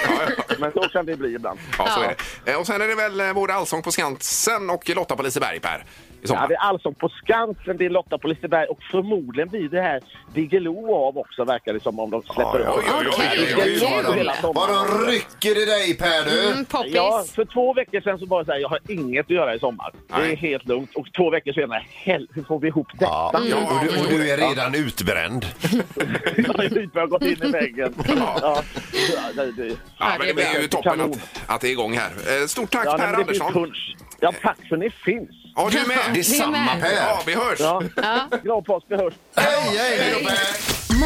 [SPEAKER 8] Men så kan det bli ibland.
[SPEAKER 4] Ja, så är det. Eh, Och sen är det väl eh, både Allsång på Skansen och Lotta på Liseberg, Per? I
[SPEAKER 8] Ja,
[SPEAKER 4] sommar.
[SPEAKER 8] det är Allsång på Skansen, det är Lotta på Liseberg och förmodligen blir det här Diggiloo av också, verkar det som, om de släpper
[SPEAKER 4] Oj,
[SPEAKER 8] upp.
[SPEAKER 4] oj, oj, oj, oj.
[SPEAKER 5] Oj, vad de-
[SPEAKER 8] Hela sommaren.
[SPEAKER 5] Vad de rycker i dig Per
[SPEAKER 6] Mm,
[SPEAKER 5] du!
[SPEAKER 6] poppis.
[SPEAKER 8] Ja, för två veckor sedan så bara så här, jag har inget att göra i sommar. Det
[SPEAKER 4] Nej.
[SPEAKER 8] är helt lugnt. Och två veckor senare, hel, hur får vi ihop detta?
[SPEAKER 5] Ja,
[SPEAKER 8] Mm.
[SPEAKER 5] och du, och du är redan utbränd.
[SPEAKER 8] Jag har jag gått in i väggen. Ja. Ja. det- det-
[SPEAKER 4] Ja, men det blir ju toppen
[SPEAKER 8] Kanon.
[SPEAKER 4] att, att det är igång här. Eh, Stort tack,
[SPEAKER 8] Ja, nej,
[SPEAKER 4] Per
[SPEAKER 8] men det finns
[SPEAKER 4] Andersson.
[SPEAKER 8] punch. Ja, tack för ni finns.
[SPEAKER 4] Ja, du med.
[SPEAKER 5] Detsamma
[SPEAKER 6] med.
[SPEAKER 5] Per!
[SPEAKER 4] Ja, vi hörs.
[SPEAKER 8] Ja.
[SPEAKER 6] Ja.
[SPEAKER 8] Glad påsk, vi hörs.
[SPEAKER 5] Hej, hej, hej då, Per!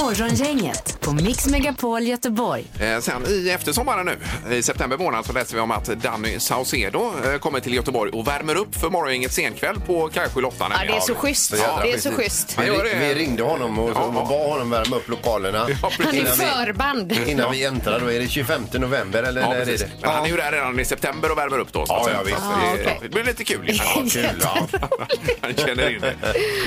[SPEAKER 3] Morgongänget på Mix Megapol Göteborg.
[SPEAKER 4] Eh, Sen i eftersommaren nu, i september månad, så läser vi om att Danny Saucedo eh, kommer till Göteborg och värmer upp för morgongängets scenkväll på Kajsjö Lotta.
[SPEAKER 6] ja, det är så schysst.
[SPEAKER 5] jävla
[SPEAKER 6] Det är så
[SPEAKER 5] precis.
[SPEAKER 6] schysst.
[SPEAKER 4] Ja,
[SPEAKER 5] Vi,
[SPEAKER 4] gör det.
[SPEAKER 5] vi ringde honom och, och bad honom värma upp lokalerna.
[SPEAKER 4] Ja, precis.
[SPEAKER 6] Han är
[SPEAKER 5] Innan vi-
[SPEAKER 6] förband.
[SPEAKER 5] Innan vi äntrar, då är det 25 november eller
[SPEAKER 4] Ja,
[SPEAKER 5] när är
[SPEAKER 4] precis.
[SPEAKER 5] det?
[SPEAKER 4] Men han är ju där redan i september och värmer upp då. Så
[SPEAKER 5] Ja,
[SPEAKER 4] att säga.
[SPEAKER 5] ja, visst.
[SPEAKER 4] Så att det,
[SPEAKER 6] Ah, okej.
[SPEAKER 4] det blir lite kul. liksom.
[SPEAKER 5] Kul, ja.
[SPEAKER 4] han känner in det.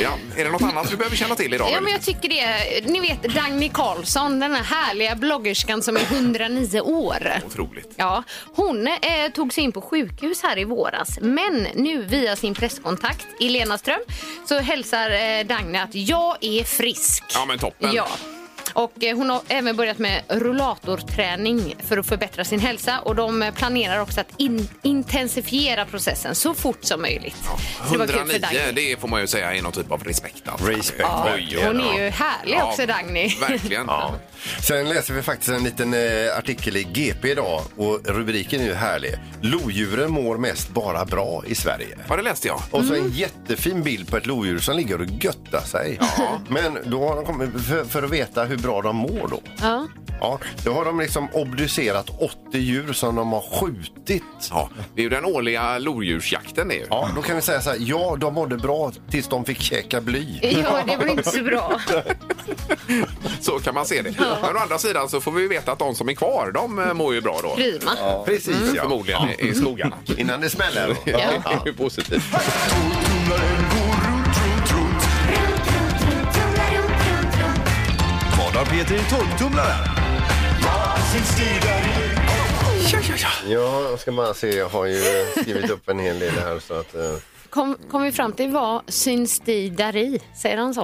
[SPEAKER 4] Ja. Är det något annat vi behöver känna till idag?
[SPEAKER 6] Ja, men jag tycker det. Ni vet Dagny Karlsson, den här härliga bloggerskan som är 109 år.
[SPEAKER 4] Otroligt.
[SPEAKER 6] Ja, hon eh, tog sig in på sjukhus här i våras. Men nu via sin presskontakt i Lenaström så hälsar eh, Dagny att jag är frisk.
[SPEAKER 4] Ja, men toppen.
[SPEAKER 6] Ja. Och eh, hon har även börjat med rullatorträning för att förbättra sin hälsa och de eh, planerar också att in- intensifiera processen så fort som möjligt. Så det var kul för
[SPEAKER 4] 109,
[SPEAKER 6] Dagny.
[SPEAKER 4] det får man ju säga är någon typ av respekt. Alltså. Respekt.
[SPEAKER 6] Ja, hon är ju härlig också, Dagny.
[SPEAKER 4] Verkligen. Ja.
[SPEAKER 5] Sen läser vi faktiskt en liten eh, artikel i GP idag och rubriken är ju härlig. Lodjuren mår mest bara bra i Sverige.
[SPEAKER 4] Ja, det läste jag.
[SPEAKER 5] Och så
[SPEAKER 6] Mm.
[SPEAKER 5] en jättefin bild på ett lodjur som ligger och göttar sig. Men då har de kommit, för, för att veta hur bra de mår då.
[SPEAKER 6] Ja.
[SPEAKER 5] Ja, då har de liksom obducerat 80 djur som de har skjutit.
[SPEAKER 4] Ja, det är ju den årliga lodjursjakten det är ju.
[SPEAKER 5] Ja, då kan vi säga så här, ja, de mådde bra tills de fick käka bly.
[SPEAKER 6] Ja, det var inte så bra.
[SPEAKER 4] Så kan man se det. Men å andra sidan så får vi ju veta att de som är kvar, de eh, mår ju bra då. Mm,
[SPEAKER 6] Prima.
[SPEAKER 5] Ja, precis, ja.
[SPEAKER 4] Förmodligen i- i skogarna.
[SPEAKER 5] Innan det smäller.
[SPEAKER 4] Ja, det är ju positivt.
[SPEAKER 12] Vad har Peter i tolvtumlaren?
[SPEAKER 5] Ja, jag ska bara se. Jag har ju skrivit upp en hel del här så att... eh,
[SPEAKER 6] Kom, kom vi fram till vad syns dig där i? Säger han så?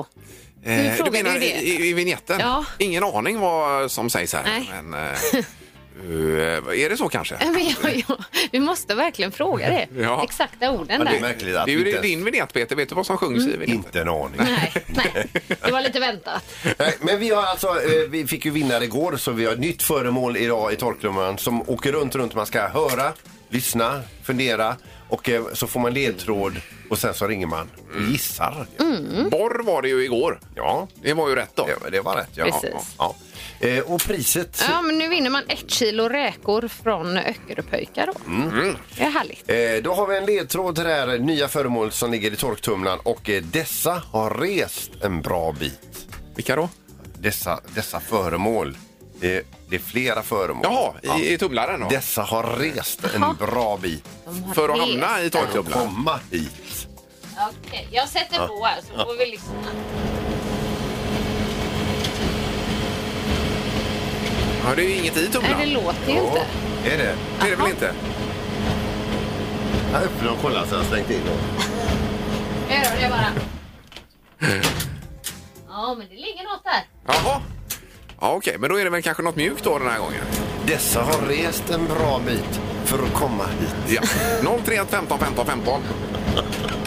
[SPEAKER 4] Eh, du
[SPEAKER 6] frågade
[SPEAKER 4] menar
[SPEAKER 6] ju det.
[SPEAKER 4] i, i- i vignetten?
[SPEAKER 6] Ja.
[SPEAKER 4] Ingen aning vad som sägs här.
[SPEAKER 6] Nej.
[SPEAKER 4] Men, eh, eh, är det så kanske?
[SPEAKER 6] Äh, Men ja, ja, vi måste verkligen fråga det.
[SPEAKER 4] Ja.
[SPEAKER 6] Exakta orden där.
[SPEAKER 5] märkligt att
[SPEAKER 4] det är
[SPEAKER 5] vi
[SPEAKER 4] ju
[SPEAKER 5] inte Mm.
[SPEAKER 4] din vignett Peter, vet du vad som sjungs i vignetten?
[SPEAKER 5] Inte en aning.
[SPEAKER 6] Nej, nej, det var lite väntat.
[SPEAKER 5] Nej, men vi har alltså, eh, vi fick ju vinnare igår så vi har ett nytt föremål idag i torktumlaren som åker runt, runt. Man ska höra, lyssna, fundera och eh, så får man ledtråd och sen så ringer man och gissar.
[SPEAKER 4] Mm. Borr var det ju igår.
[SPEAKER 5] Ja,
[SPEAKER 4] Det var ju rätt då.
[SPEAKER 5] det, det var rätt. Ja.
[SPEAKER 6] Precis.
[SPEAKER 5] Ja. Eh, och priset
[SPEAKER 6] Ja, men nu vinner man ett kilo räkor från Öckeröpöjka då.
[SPEAKER 4] Mm.
[SPEAKER 6] Det är härligt.
[SPEAKER 5] Eh, Då har vi en ledtråd till det här nya föremålet som ligger i torktumlaren och eh, dessa har rest en bra bit.
[SPEAKER 4] Vilka då?
[SPEAKER 5] Dessa, dessa föremål. Det, det är flera föremål.
[SPEAKER 4] Jaha, i,
[SPEAKER 5] Ja.
[SPEAKER 4] i tumlaren då?
[SPEAKER 5] Dessa har rest
[SPEAKER 6] Jaha.
[SPEAKER 5] en bra bit.
[SPEAKER 6] De har
[SPEAKER 4] För att
[SPEAKER 6] rest.
[SPEAKER 4] hamna i
[SPEAKER 5] För att
[SPEAKER 4] torktumlaren?
[SPEAKER 5] komma hit.
[SPEAKER 6] Okej, jag sätter på här så får vi liksom- lyssna.
[SPEAKER 4] Ja, det är ju inget i
[SPEAKER 6] Nej, det
[SPEAKER 4] tumlaren.
[SPEAKER 6] låter ju inte.
[SPEAKER 5] Är det?
[SPEAKER 4] Det är det väl inte?
[SPEAKER 5] Jag öppnar och kollar så jag har slängt in dem.
[SPEAKER 6] Jag gör det bara.
[SPEAKER 4] Eh.
[SPEAKER 6] Ja, men det ligger något där.
[SPEAKER 4] Jaha. Ja, okej, men då är det väl kanske något mjukt då den här gången.
[SPEAKER 5] Dessa har rest en bra bit för att komma hit.
[SPEAKER 4] Ja. 031 15 15 15.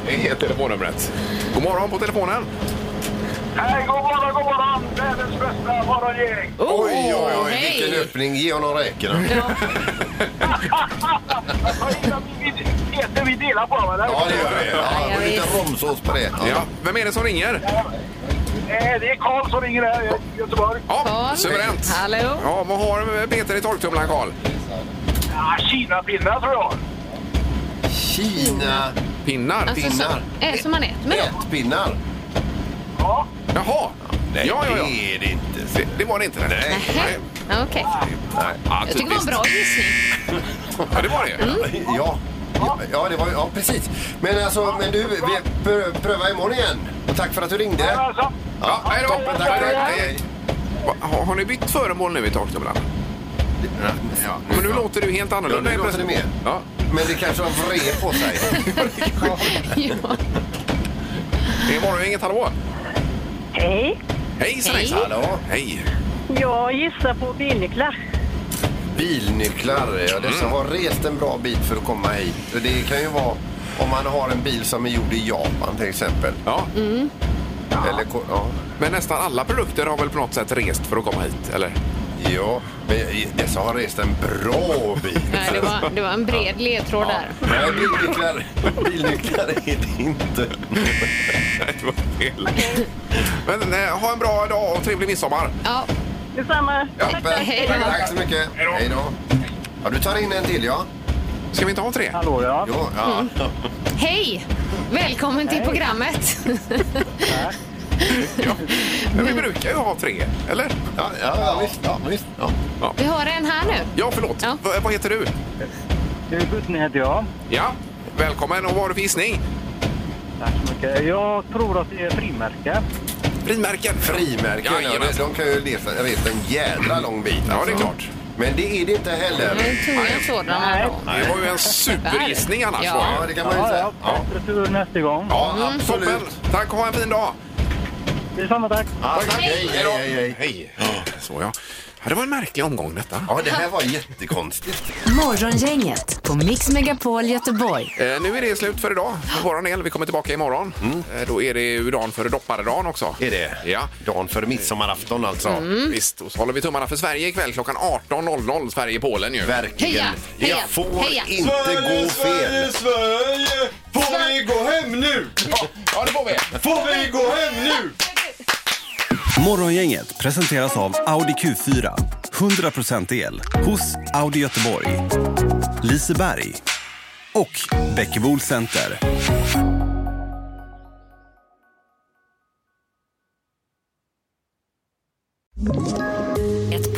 [SPEAKER 4] Det är telefonnumret. God morgon på telefonen.
[SPEAKER 1] Hej, god morgon, god morgon! Världens bästa morgongäng!
[SPEAKER 6] Oh,
[SPEAKER 5] Oj, oj, oj,
[SPEAKER 6] hej.
[SPEAKER 5] vilken öppning. Ge honom räkorna.
[SPEAKER 1] Vad är det vi- Peter, vi delar på va?
[SPEAKER 5] Ja, det gör vi. Ja, och lite romsås på det.
[SPEAKER 4] Ja. Vem är det som ringer?
[SPEAKER 1] Eh, Det är Karl som ringer här i Göteborg.
[SPEAKER 4] Ja,
[SPEAKER 6] Carl.
[SPEAKER 4] suveränt.
[SPEAKER 6] Hallå?
[SPEAKER 4] Ja, vad har Peter i torktumlaren, Karl?
[SPEAKER 1] Ah, Kinapinnar tror jag.
[SPEAKER 5] Kina.
[SPEAKER 4] Pinnar?
[SPEAKER 6] Alltså, så,
[SPEAKER 5] Pinnar.
[SPEAKER 6] är som man äter med dem.
[SPEAKER 5] Ätpinnar.
[SPEAKER 1] Ja.
[SPEAKER 4] Jaha. Ja, ja, ja.
[SPEAKER 5] Det är det inte.
[SPEAKER 4] Det, det var det inte. Nej. Nej.
[SPEAKER 6] Okej,
[SPEAKER 4] Ja,
[SPEAKER 6] jag tycker det var en
[SPEAKER 4] typiskt.
[SPEAKER 6] bra gissning.
[SPEAKER 4] Ja, det var det.
[SPEAKER 5] Ja. Ja, det var, ja, precis. Men alltså, men du, vi prö- prövar imorgon igen. Och tack för att du ringde.
[SPEAKER 1] Alltså.
[SPEAKER 4] Ja, hej då.
[SPEAKER 5] Toppen, tack, tack,
[SPEAKER 4] Hej. Va- Har, har ni bytt föremål nu i torktumlaren?
[SPEAKER 5] Ja,
[SPEAKER 4] Men nu låter du helt
[SPEAKER 5] Ja,
[SPEAKER 4] annorlunda.
[SPEAKER 5] nu låter det mer.
[SPEAKER 4] Ja.
[SPEAKER 5] Men det kanske har vred på sig.
[SPEAKER 6] Ja.
[SPEAKER 4] Det är morgongänget, hallå.
[SPEAKER 2] Hej.
[SPEAKER 4] Hejsan,
[SPEAKER 6] Hej.
[SPEAKER 4] hejsan.
[SPEAKER 5] Hallå?
[SPEAKER 4] Hej.
[SPEAKER 2] Jag gissar på bilnycklar.
[SPEAKER 5] Bilnycklar, ja,
[SPEAKER 4] Mm.
[SPEAKER 5] dessa har rest en bra bit för att komma hit. Och Det kan ju vara om man har en bil som är gjord i Japan till exempel.
[SPEAKER 4] Ja.
[SPEAKER 5] Eller, ko- ja.
[SPEAKER 4] Men nästan alla produkter har väl på något sätt rest för att komma hit, eller?
[SPEAKER 5] ja, men dessa har rest en bra bit.
[SPEAKER 6] Nej, det, var, det var en bred ledtråd där.
[SPEAKER 5] Nej, bilnycklar, bilnycklar är det inte.
[SPEAKER 4] Nej, det var fel. Men eh, ha en bra dag och trevlig midsommar.
[SPEAKER 6] Ja,
[SPEAKER 2] Detsamma.
[SPEAKER 5] Ja, men,
[SPEAKER 6] Hej då.
[SPEAKER 5] tack så mycket. Hej då. Ja, du tar in en till, ja?
[SPEAKER 4] Ska vi inte ha tre?
[SPEAKER 8] Hallå ja.
[SPEAKER 5] Jo, ja.
[SPEAKER 6] hej! Välkommen till programmet.
[SPEAKER 4] Ja. Men vi brukar ju ha tre, eller?
[SPEAKER 5] Ja, ja, ja, visst. Ja, visst ja.
[SPEAKER 6] Vi har en här nu.
[SPEAKER 4] Ja, förlåt.
[SPEAKER 6] Ja.
[SPEAKER 4] V- vad heter du?
[SPEAKER 8] Gudny Eh, heter jag.
[SPEAKER 4] Ja, välkommen. Och vad har du för gissning?
[SPEAKER 8] Tack så mycket. Jag tror att det är frimärke.
[SPEAKER 4] Frimärken!
[SPEAKER 5] Frimärken, ja,
[SPEAKER 4] Jajamän.
[SPEAKER 5] de kan ju resa, resa en jädra lång bit.
[SPEAKER 4] Ja, det är
[SPEAKER 5] alltså.
[SPEAKER 4] klart.
[SPEAKER 5] Men det är det inte heller.
[SPEAKER 6] Tunga sådana då.
[SPEAKER 4] Det var ju en supergissning annars.
[SPEAKER 6] Ja. Mm.
[SPEAKER 4] var
[SPEAKER 5] Ja, det kan man ju säga. Ja,
[SPEAKER 7] Retur nästa gång.
[SPEAKER 4] Ja, absolut. Tack, ha en fin dag.
[SPEAKER 7] Detsamma, tack.
[SPEAKER 5] ja tack. Hej, hej, hej, hej.
[SPEAKER 4] Hej. Så ja. ja. Det var en märklig omgång detta.
[SPEAKER 5] Ja, det här var jättekonstigt.
[SPEAKER 3] Morgongänget på Mix Megapol Göteborg.
[SPEAKER 4] Eh, nu är det slut för idag för våran del. Vi kommer tillbaka imorgon. Eh, då är det ju dagen före dopparedagen också.
[SPEAKER 5] Mm. Är det?
[SPEAKER 4] Ja. Mm.
[SPEAKER 5] Dagen före midsommarafton alltså.
[SPEAKER 4] Visst, och så håller vi tummarna för Sverige ikväll klockan 18.00. Sverige-Polen ju.
[SPEAKER 5] Verkligen.
[SPEAKER 6] Heja, heja,
[SPEAKER 5] det får
[SPEAKER 6] heja.
[SPEAKER 5] inte gå fel.
[SPEAKER 8] Sverige! Får vi gå hem nu?
[SPEAKER 4] Ja, det får vi.
[SPEAKER 8] Får vi gå hem nu?
[SPEAKER 13] Morgongänget presenteras av Audi Q4. 100% el hos Audi Göteborg, Liseberg och Bäckebol Center.
[SPEAKER 14] Ett